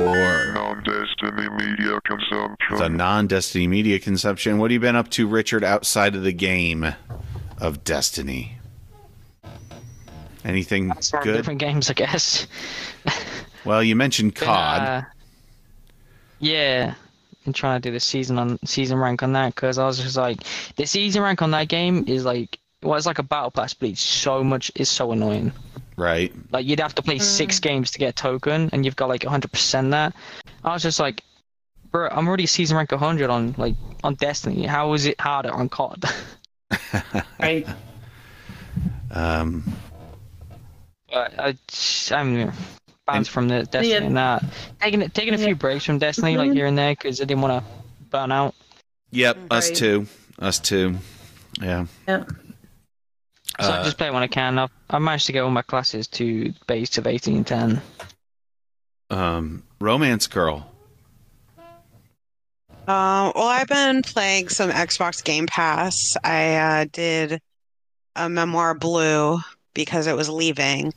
G: non-destiny media consumption.
A: the non-Destiny media consumption. What have you been up to, Richard, outside of the game of Destiny? Anything
D: Sorry,
A: good?
D: different games, I guess.
A: Well, you mentioned
D: Been,
A: COD.
D: uh, yeah, I'm trying to do the season on season rank on that because I was just like, the season rank on that game is like, well, it's like a battle pass, but it's so much, it's so annoying.
A: right.
D: Like you'd have to play six games to get a token, and you've got like 100% that. I was just like, bro, I'm already season rank 100 on like on Destiny. How is it harder on COD?
F: Right.
A: Um,
D: *laughs* But I, am bounced from the Destiny
F: Yeah.
D: and that. Taking taking a few breaks from Destiny like here and there because I didn't want to burn out.
A: yep, us
F: Mm-hmm. Right.
A: too. Us too. Yeah.
F: Yeah.
D: So
A: Uh,
D: I just play when I can. I've, I managed to get all my classes to base of 18 10.
A: um, Romance Girl.
C: Um, well, I've been playing some Xbox Game Pass. I uh, did a Memoir Blue because it was leaving,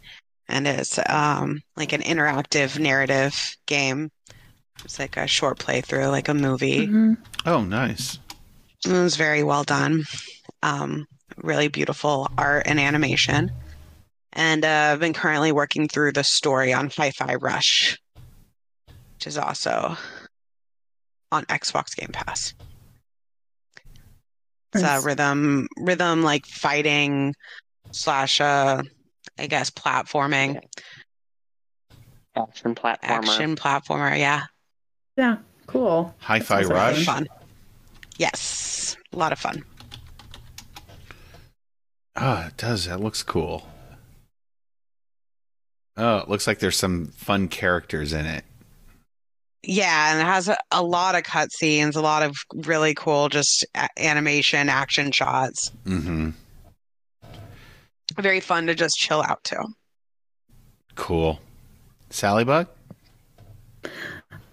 C: and it's um, like an interactive narrative game. It's like a short playthrough, like a movie.
F: Mm-hmm.
A: Oh, nice.
C: It was very well done. Um, really beautiful art and animation. And uh, I've been currently working through the story on Hi Fi Rush, which is also on Xbox Game Pass. It's a
F: Nice.
C: rhythm, rhythm like fighting slash, uh, I guess, platforming,
B: Action platformer.
C: action platformer. Yeah.
F: Yeah. Cool.
A: Hi-Fi
F: Sounds like
A: Rush.
C: Fun. Yes. A lot of fun.
A: Oh, it does. That looks cool. Oh, it looks like there's some fun characters in it.
C: Yeah, and it has a, a lot of cutscenes, a lot of really cool just a- animation, action shots.
A: hmm
C: Very fun to just chill out to.
A: Cool. Sally Bug?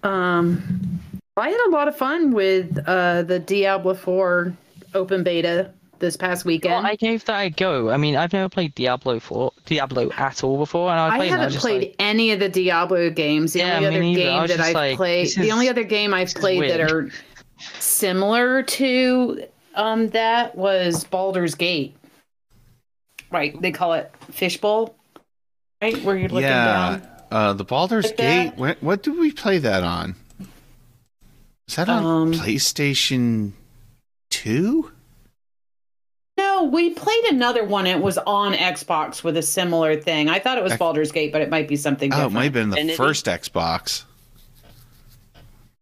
F: Um, I had a lot of fun with uh, the Diablo 4 open beta this past weekend.
D: Well, I gave that a go. I mean, I've never played Diablo for Diablo at all before, and Oh, I, was
F: I
D: playing,
F: haven't
D: just
F: played
D: like,
F: any of the Diablo games. The
D: Yeah, me
F: only other
D: neither. I
F: game
D: was
F: that
D: just
F: I've
D: like,
F: played,
D: this
F: the only
D: is-
F: other game I've
D: this is
F: played that
D: weird.
F: are similar to um, that was Baldur's Gate. Right, they call it fishbowl. Right, where you're looking
A: yeah.
F: down.
A: Uh, the Baldur's
F: Like
A: Gate.
F: that?
A: What, what did we play that on? Is that on
F: Um,
A: PlayStation 2?
F: No, we played another one. It was on Xbox with a similar thing. I thought it was
A: Ex-
F: Baldur's Gate, but it might be something
A: Oh, it
F: different.
A: might have been the
B: And it-
A: first Xbox.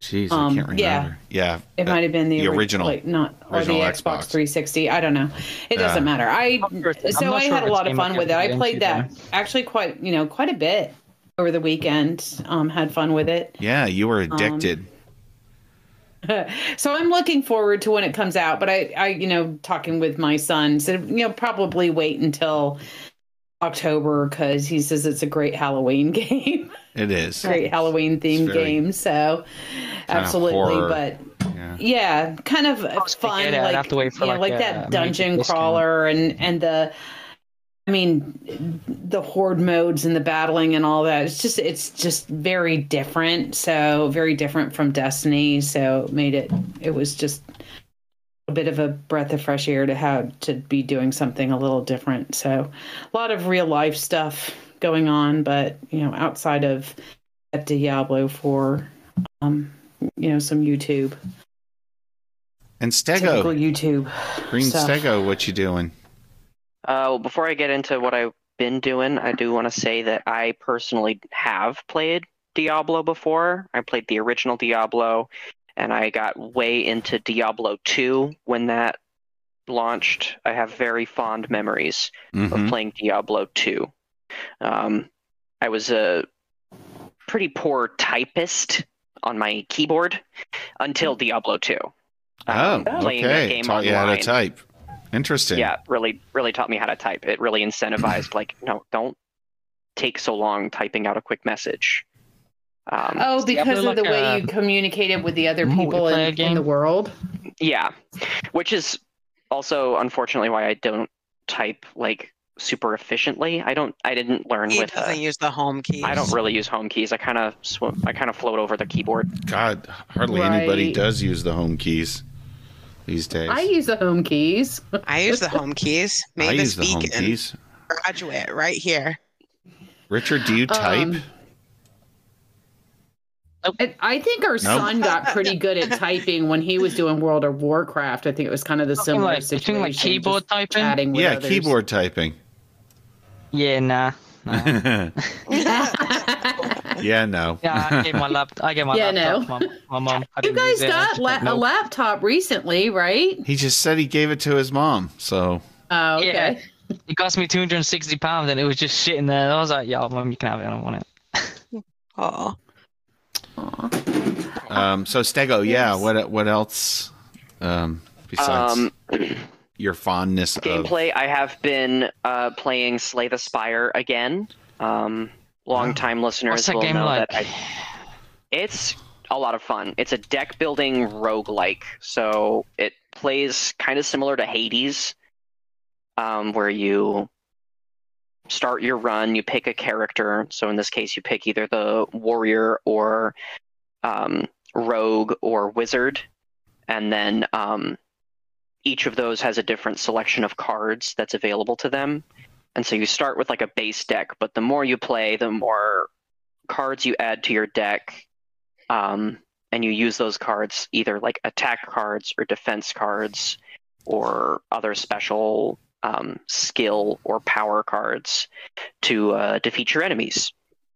A: Jeez,
F: Um,
A: I can't
F: yeah.
A: remember. Yeah.
F: It might have been the,
A: the
F: ori-
A: original-
F: like not
A: original
F: or the Xbox.
A: Xbox.
F: 360. I don't know. It
A: Yeah.
F: doesn't matter. I
D: I'm sure it's- I'm
F: so
D: not
F: I
D: sure
F: had a
D: it's
F: lot of
D: game
F: fun
D: of
F: with it.
D: the
F: I
D: game
F: played
D: too,
F: that actually quite you know quite a bit over the weekend. Um, had fun with it.
A: Yeah, you were addicted.
F: So I'm looking forward to when it comes out. But I I you know talking with my son said you know probably wait until October because he says it's a great Halloween *laughs* game,
A: It is.
F: great Halloween themed
A: It's very
F: game. So, absolutely,
A: horror.
F: but
A: Yeah.
F: yeah, kind of fun.
D: get it. I'd
F: like,
D: have to wait for,
F: you know,
D: like,
F: like
D: a
F: that
D: major
F: dungeon
D: discount.
F: crawler and and the. I mean, the horde modes and the battling and all that. It's just it's just very different. So very different from Destiny. So it made it. It was just a bit of a breath of fresh air to have to be doing something a little different. So a lot of real life stuff going on, but you know, outside of at Diablo for um, you know, some YouTube.
A: And
F: Typical
A: Stego,
F: YouTube.
A: Green
F: stuff.
A: Stego, what you doing?
B: Uh, well, before I get into what I've been doing, I do want to say that I personally have played Diablo before. I played the original Diablo, and I got way into Diablo 2 when that launched. I have very fond memories
A: Mhm.
B: of playing Diablo 2. Um, I was a pretty poor typist on my keyboard until Diablo 2.
A: Oh,
B: playing that
A: okay.
B: game
A: Taught you how to
B: online.
A: type. Interesting.
B: Yeah, really, really taught me how to type. It really incentivized, like, no, don't take so long typing out a quick message. Um,
F: Oh, because
D: Diablo
F: of the
D: like
F: way
D: a
F: you communicated with the other people
D: multiplayer
F: in, in
D: game?
F: the world.
B: Yeah, which is also unfortunately why I don't type like super efficiently. I don't. I didn't learn
C: He
B: with. uh,
C: doesn't use the home keys.
B: I don't really use home keys. I kind of sw- I kind of float over the keyboard.
A: God, hardly
F: Right.
A: anybody does use the home keys these days.
F: I use the home keys.
C: I use
B: *laughs*
C: the home keys.
A: I
C: Mavis
A: use the home
C: Beacon,
A: keys.
C: graduate, right here.
A: Richard, do you type?
F: Um, I, I think our son got pretty good at typing when he was doing World of Warcraft. I think it was kind of the
D: Something
F: similar
D: like,
F: situation.
D: something like keyboard
F: just
D: typing.
F: chatting with
A: yeah,
F: others.
A: keyboard typing.
D: Yeah, nah. nah.
A: *laughs* yeah, no.
D: Yeah, I gave my lap. I gave my
F: Yeah,
D: laptop. to My, my
F: *laughs*
D: mom. I
F: You
D: didn't
F: guys
D: use it. I
F: got
D: just
F: la-
D: said, "Nope."
F: a laptop recently, right?
A: He just said he gave it to his mom. So
F: Oh, okay.
D: Yeah. It cost me 260 pounds, and it was just shit in there. I was like, "Yo, mom, you can have it. I don't want it."
C: Oh,
A: um so Stego, yeah, what what else um besides
B: Um, *clears throat*
A: your fondness of
B: gameplay i have been uh, playing slay the spire again um, long time listeners
D: What's that
B: will
D: game
B: know
D: like?
B: that I, it's a lot of fun it's a deck building roguelike so it plays kind of similar to hades um, where you start your run you pick a character so in this case you pick either the warrior or um, rogue or wizard and then um, each of those has a different selection of cards that's available to them. And so you start with like a base deck, but the more you play, the more cards you add to your deck. Um, and you use those cards either like attack cards or defense cards or other special um, skill or power cards to uh, defeat your enemies.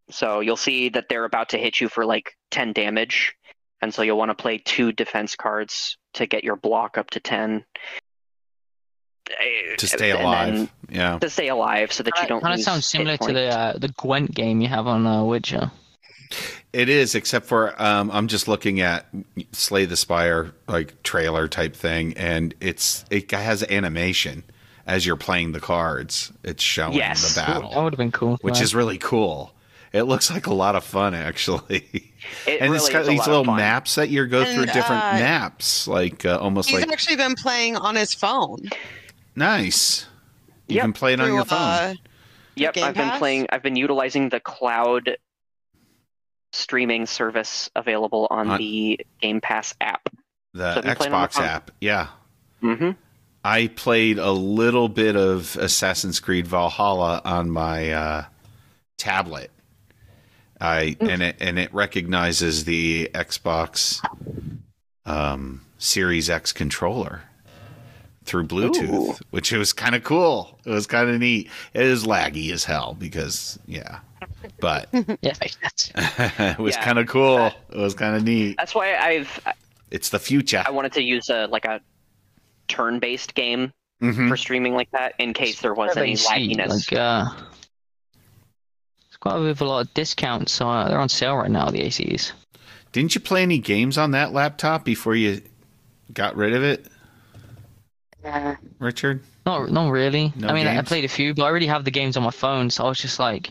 B: So you'll see that they're about to hit you for like 10 damage. And so you'll want to play two defense cards to get your block up to 10.
A: to stay
B: And then-
A: alive? Yeah.
B: to stay alive so that you don't
D: Kind of
B: lose
D: sounds similar
B: hit
D: to the
B: points.
D: uh, the Gwent game you have on uh, Witcher.
A: It is, except for um, I'm just looking at Slay the Spire like trailer type thing, and it's it has animation as you're playing the cards. It's showing
B: Yes.
A: the battle,
D: That would have been cool.
A: which
D: Like,
A: is really cool. It looks like a lot of fun actually, *laughs*
D: uh,
B: It
A: and
B: really
A: it's got
B: is a lot
A: these
B: of
A: little
B: fun.
A: maps that you go
C: And,
A: through different
C: uh,
A: maps, like uh, almost
C: he's
A: like
C: actually been playing on his phone.
A: nice. You
B: Yep.
A: can play it on
C: through,
A: your phone.
C: uh,
B: Yep,
C: Game
B: I've been
C: Pass?
B: playing. I've been utilizing the cloud streaming service available on
A: Uh,
B: the Game Pass app.
A: the
B: so if you're playing on the
A: Xbox
B: phone-
A: app, yeah. Mm-hmm.
B: hmm
A: I played a little bit of Assassin's Creed Valhalla on my uh, tablet. I
B: Mm.
A: and it and it recognizes the Xbox um, Series X controller through Bluetooth, which it was kind of cool. It was kind of neat. It is laggy as hell because yeah, but *laughs*
D: yeah, *laughs* that's-
A: it was
B: Yeah.
A: kind of cool. It was kind of neat.
B: That's why I've
A: It's the future.
B: I wanted to use a like a turn-based game
A: Mhm.
B: for streaming like that in case there was
D: Probably
B: any
D: see,
B: lagginess.
D: Like, uh, it's quite with a lot of discounts. So uh, they're on sale right now. The ACs.
A: Didn't you play any games on that laptop before you got rid of it? Richard?
D: Not not really.
A: No
D: I mean, I- I
A: games?
D: played a few, but I already have the games on my phone, so I was just like,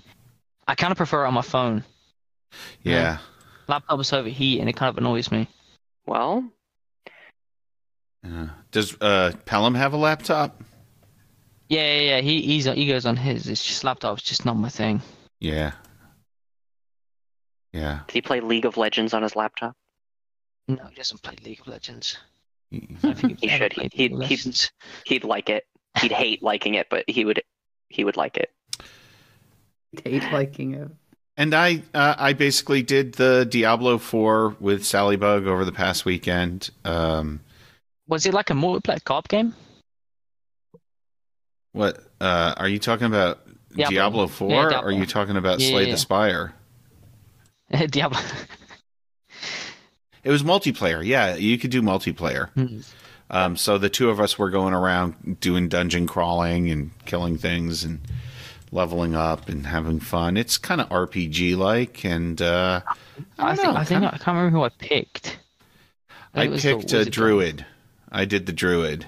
D: I kind of prefer it on my phone.
A: Yeah.
D: Yeah. Laptop is overheat, and it kind of annoys me.
B: Well,
A: Yeah. Does uh, Pelham have a laptop?
D: Yeah, yeah, yeah. He he's he goes on his. It's just laptop's just not my thing.
A: Yeah.
D: *laughs*
A: Yeah.
B: did he play League of Legends on his laptop?
D: No, he doesn't play League of Legends.
A: He-
D: I
B: *laughs*
D: don't think
B: He
D: he's ever
B: should.
D: played
B: He-
D: League of
B: he-
D: Legends.
B: He'd like it. He'd hate liking it, but he would he would like it.
H: Hate liking it.
A: And I, uh, I basically did the Diablo Four with Sally Bug over the past weekend. Um,
D: Was it like a multiplayer cop game? *laughs*
A: what uh, are you talking about?
D: Diablo.
A: Diablo Four?
D: Yeah,
A: Or
D: Diablo.
A: are you talking about
D: Yeah,
A: Slay
D: yeah.
A: the Spire?
D: Diablo.
A: It was multiplayer. Yeah, you could do multiplayer.
D: Hmm.
A: Um, so the two of us were going around doing dungeon crawling and killing things and leveling up and having fun. It's kind of RPG like, and uh, I
D: I
A: don't
D: think
A: know,
D: I think
A: kinda-
D: I can't remember who I picked.
A: I
D: think it was the
A: picked uh, a
D: wizard guy.
A: druid. I did the druid.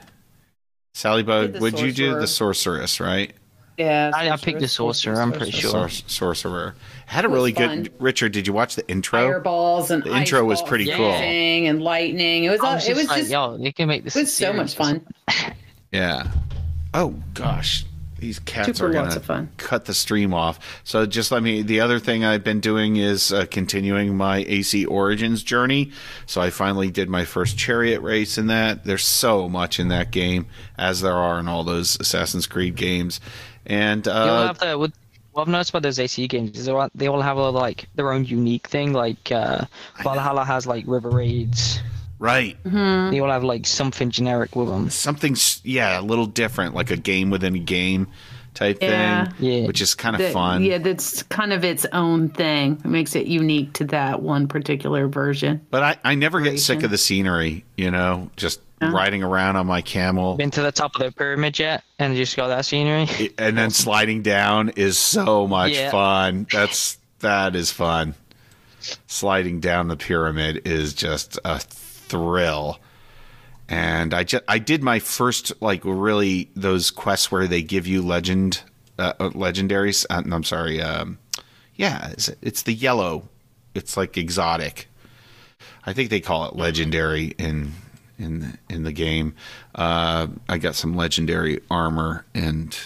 A: Sally Bug,
H: the
A: would you do
H: sorcerer.
A: the sorceress? Right,
F: Yeah.
D: I- I picked the sorcerer, I'm pretty
A: The
D: sure.
A: sor- sorcerer. Had a
F: It was
A: really
F: fun.
A: good. Richard, did you watch the intro?
F: Fireballs and
A: The intro was
F: ice
A: pretty
F: balls
D: cool.
F: dancing And lightning. It was.
D: I
F: all
D: was
F: it was
D: like,
F: just.
D: yo, they can make this.
F: it was so
D: series
F: much
D: or
F: fun.
A: Yeah. Oh gosh, these cats
H: Super
A: are
H: lots
A: gonna
H: of fun.
A: cut the stream off. So just let me. The other thing I've been doing is uh, continuing my AC Origins journey. So I finally did my first chariot race in that. There's so much in that game, as there are in all those Assassin's Creed games. And
D: You all
A: uh,
D: have the, what, what I've noticed about those AC games is they all, they all have a, like their own unique thing. Like uh, Valhalla has like river raids.
A: right,
H: Mm-hmm.
F: Uh-huh.
D: They all have like something generic with them.
A: something s- yeah, a little different, like a game within a game type
H: Yeah.
A: thing,
D: Yeah.
A: which is kind of
H: That-
A: fun.
H: Yeah, that's kind of its own thing. It makes it unique to that one particular version.
A: But I, I never get sick of the scenery, you know, just
H: Uh-huh.
A: riding around on my camel.
D: Been to the top of the pyramid yet and just got that scenery? *laughs*
A: It- and then sliding down is so much
D: Yeah.
A: fun. That's that is fun. Sliding down the pyramid is just a thrill. And I just I did my first like really those quests where they give you legend uh, uh, legendaries. Uh, no, I'm sorry. Um, yeah, it's, it's the yellow. It's like exotic. I think they call it legendary in in the, in the game. Uh, I got some legendary armor and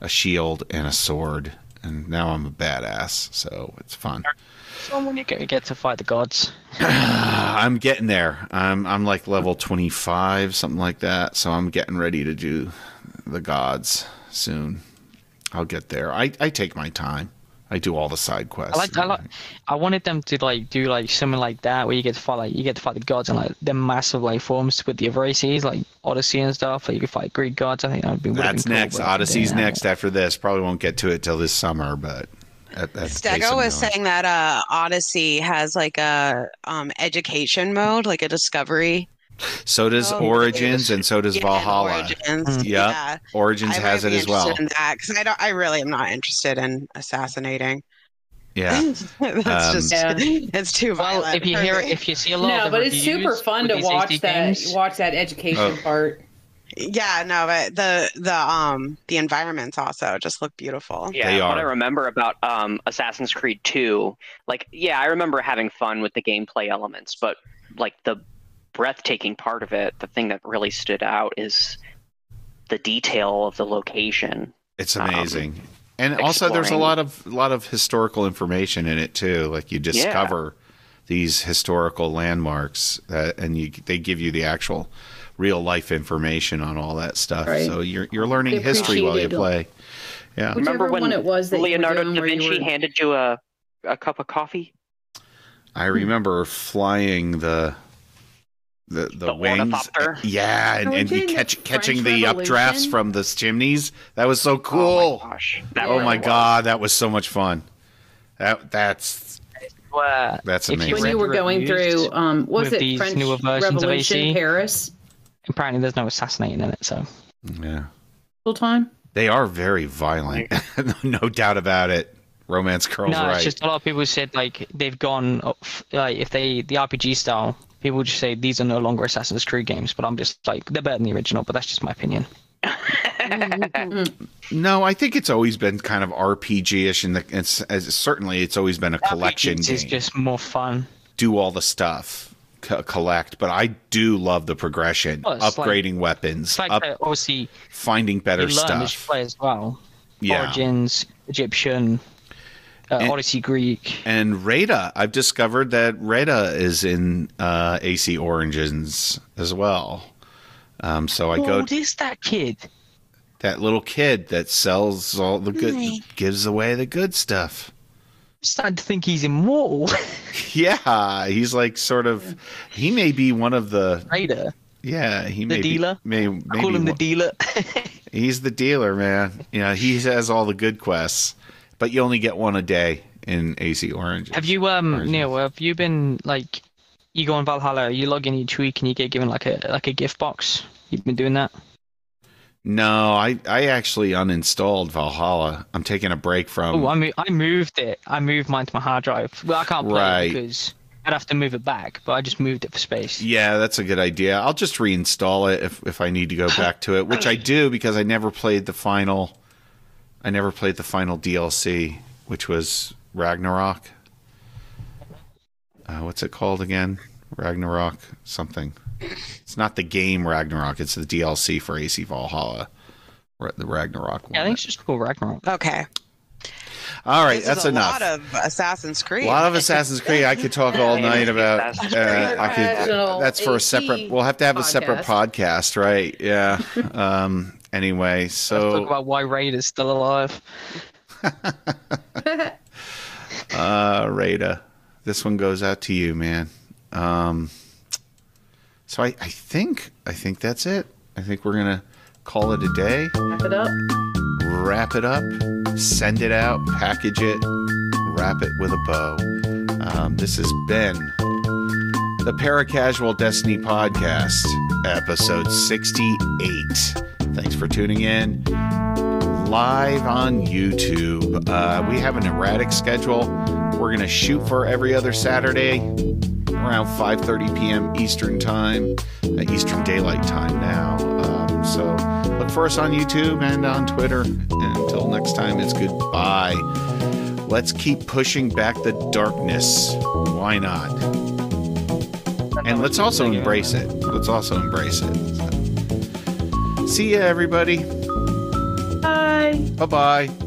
A: a shield and a sword, and now I'm a badass. So it's fun.
D: So when you get, get to fight the gods.
A: Uh, I'm getting there. I'm I'm like level 25, something like that. So I'm getting ready to do the gods soon. I'll get there. I, I take my time. I do all the side quests.
D: I like I like I wanted them to like do like something like that where you get to fight like you get to fight the gods and like the massive like forms with the other ACs like Odyssey and stuff. Like you could fight Greek gods. I think that would be. would've been
A: That's
D: cool,
A: next.
D: but they
A: Odyssey's
D: didn't have
A: next after this. Probably won't get to it till this summer, but that, that's the pace
C: Stego
A: I'm
C: was
A: going.
C: saying that uh, Odyssey has like a um, education mode, like a discovery.
A: So does
C: Oh,
A: Origins, and so does
C: Yeah, and
A: Valhalla. Origins,
D: Hmm.
C: Origins.
A: Yeah.
C: yeah. I
A: has
C: might
A: it
C: be
A: as well.
C: interested In that, 'cause I don't. I really am not interested in assassinating.
A: Yeah.
C: *laughs* That's
A: Um,
C: just.
F: Yeah.
C: It's too
D: Well,
C: violent.
D: if you
C: for
D: hear,
C: me.
D: if you see a lot of
F: No,
D: the
F: but it's super
D: reviews
F: fun
D: with
F: to
D: these
F: watch
D: HD
F: that.
D: games,
F: Watch that education
A: Oh.
F: part.
C: Yeah, no, but the the um the environments also just look beautiful.
B: Yeah,
A: They
B: what I
A: are.
B: remember about um, Assassin's Creed 2, like, yeah, I remember having fun with the gameplay elements, but like the breathtaking part of it, the thing that really stood out is the detail of the location.
A: It's
B: um,
A: amazing. and also there's a
B: exploring.
A: lot of lot of historical information in it too. Like you discover these historical landmarks that, and you they give you the actual real life information on all that stuff.
H: Right.
A: So you're you're learning
H: They
A: history while you
H: appreciated it.
A: play. Yeah.
H: Whichever
B: Remember when
H: one it was that you were
B: Leonardo
H: doing
B: da
H: where you
B: Vinci
H: were-
B: handed you a, a cup of coffee? Hmm.
A: I remember flying the the the,
B: The
A: wings.
B: ornithopter?
A: Yeah, and,
H: Oh,
A: and you
H: didn't
A: catch
H: the
A: catching
H: French
A: the updrafts
H: Revolution-
A: from the chimneys. That was so
B: Oh
A: cool.
B: my gosh. That
A: Oh
B: really
A: my
B: was.
A: god, that was so much fun. That that's
D: where
A: That's
D: if
A: amazing.
H: when
D: read
H: you were
D: the
H: going
D: reviews,
H: through, um, was
D: with
H: it
D: these
H: French
D: newer versions of
H: Revolution
D: AC?
H: Paris
D: apparently there's no assassinating in it, so
A: yeah.
H: full time?
A: They are very violent, *laughs* no doubt about it. Romance Curl's
D: no,
A: right.
D: it's just a lot of people said like they've gone up, like if they the RPG style, people just say these are no longer Assassin's Creed games, but I'm just like they're better than the original. But that's just my opinion.
A: No, I think it's always been kind of RPG-ish, and the- it's, as, certainly it's always been a collection
D: RPGs
A: game.
D: is just more fun.
A: do all the stuff, co- collect. But I do love the progression,
D: Well, it's like-
A: upgrading weapons,
D: It's like
A: up,
D: uh, obviously
A: finding better
D: you learn as you
A: stuff.
D: play as well.
A: Yeah.
D: Origins, Egyptian, uh,
A: And-
D: Odyssey, Greek.
A: And Rada, I've discovered that Rada is in uh, AC Origins as well. Um, so I
D: Who
A: go
D: old is that kid?
A: that little kid that sells all the good, gives away the good stuff. *laughs*
D: I'm starting to think he's immortal. *laughs*
A: Yeah, he's like sort of. He may be one of the.
D: Raider,
A: Yeah, he may
D: dealer?
A: Be, may, maybe
D: call him the
A: one-
D: dealer. *laughs*
A: He's the dealer, man. You know, he has all the good quests, but you only get one a day in AC Orange.
D: have you, um,
A: Origins.
D: Neil? Have you been like you go on Valhalla? You log in each week and you get given like a like a gift box. You've been doing that.
A: No, I I actually uninstalled Valhalla. I'm taking a break from.
D: oh, I mo- I moved it. I moved mine to my hard drive. Well, I can't play
A: Right.
D: it because I'd have to move it back. But I just moved it for space.
A: yeah, that's a good idea. I'll just reinstall it if if I need to go back to it, which I do because I never played the final. I never played the final DLC, which was Ragnarok. Uh, what's it called again? Ragnarok something. It's not the game Ragnarok. It's the DLC for AC Valhalla. Ra- The Ragnarok one.
D: Yeah, I think it's just called Ragnarok.
C: Okay.
A: All right,
C: This is
A: that's
C: a
A: enough.
C: lot of Assassin's Creed.
A: A lot of Assassin's Creed. I could talk all
B: Yeah,
A: night about.
B: Assassin's
A: Uh,
B: Creed.
A: I could.
F: Professional
A: That's for a
F: AP
A: separate. We'll have to have a separate podcast, right? Yeah. Um. Anyway,
D: Let's talk
A: so
D: about why Raider's still alive.
A: uh, Rada, this one goes out to you, man. Um. So I, I think I think that's it. I think we're gonna call it a day,
F: Wrap it up.
A: wrap it up, send it out, package it, wrap it with a bow. Um, this has been the Paracasual Destiny Podcast, episode 68. Thanks for tuning in live on YouTube. Uh, we have an erratic schedule. We're going to shoot for every other Saturday around 5.30 p.m. Eastern Time, uh, Eastern Daylight Time now. Um, so look for us on YouTube and on Twitter. And until next time, it's goodbye. Let's keep pushing back the darkness. Why not? and let's also embrace it. Let's also embrace it. So, See ya, everybody.
F: Bye.
A: Bye bye.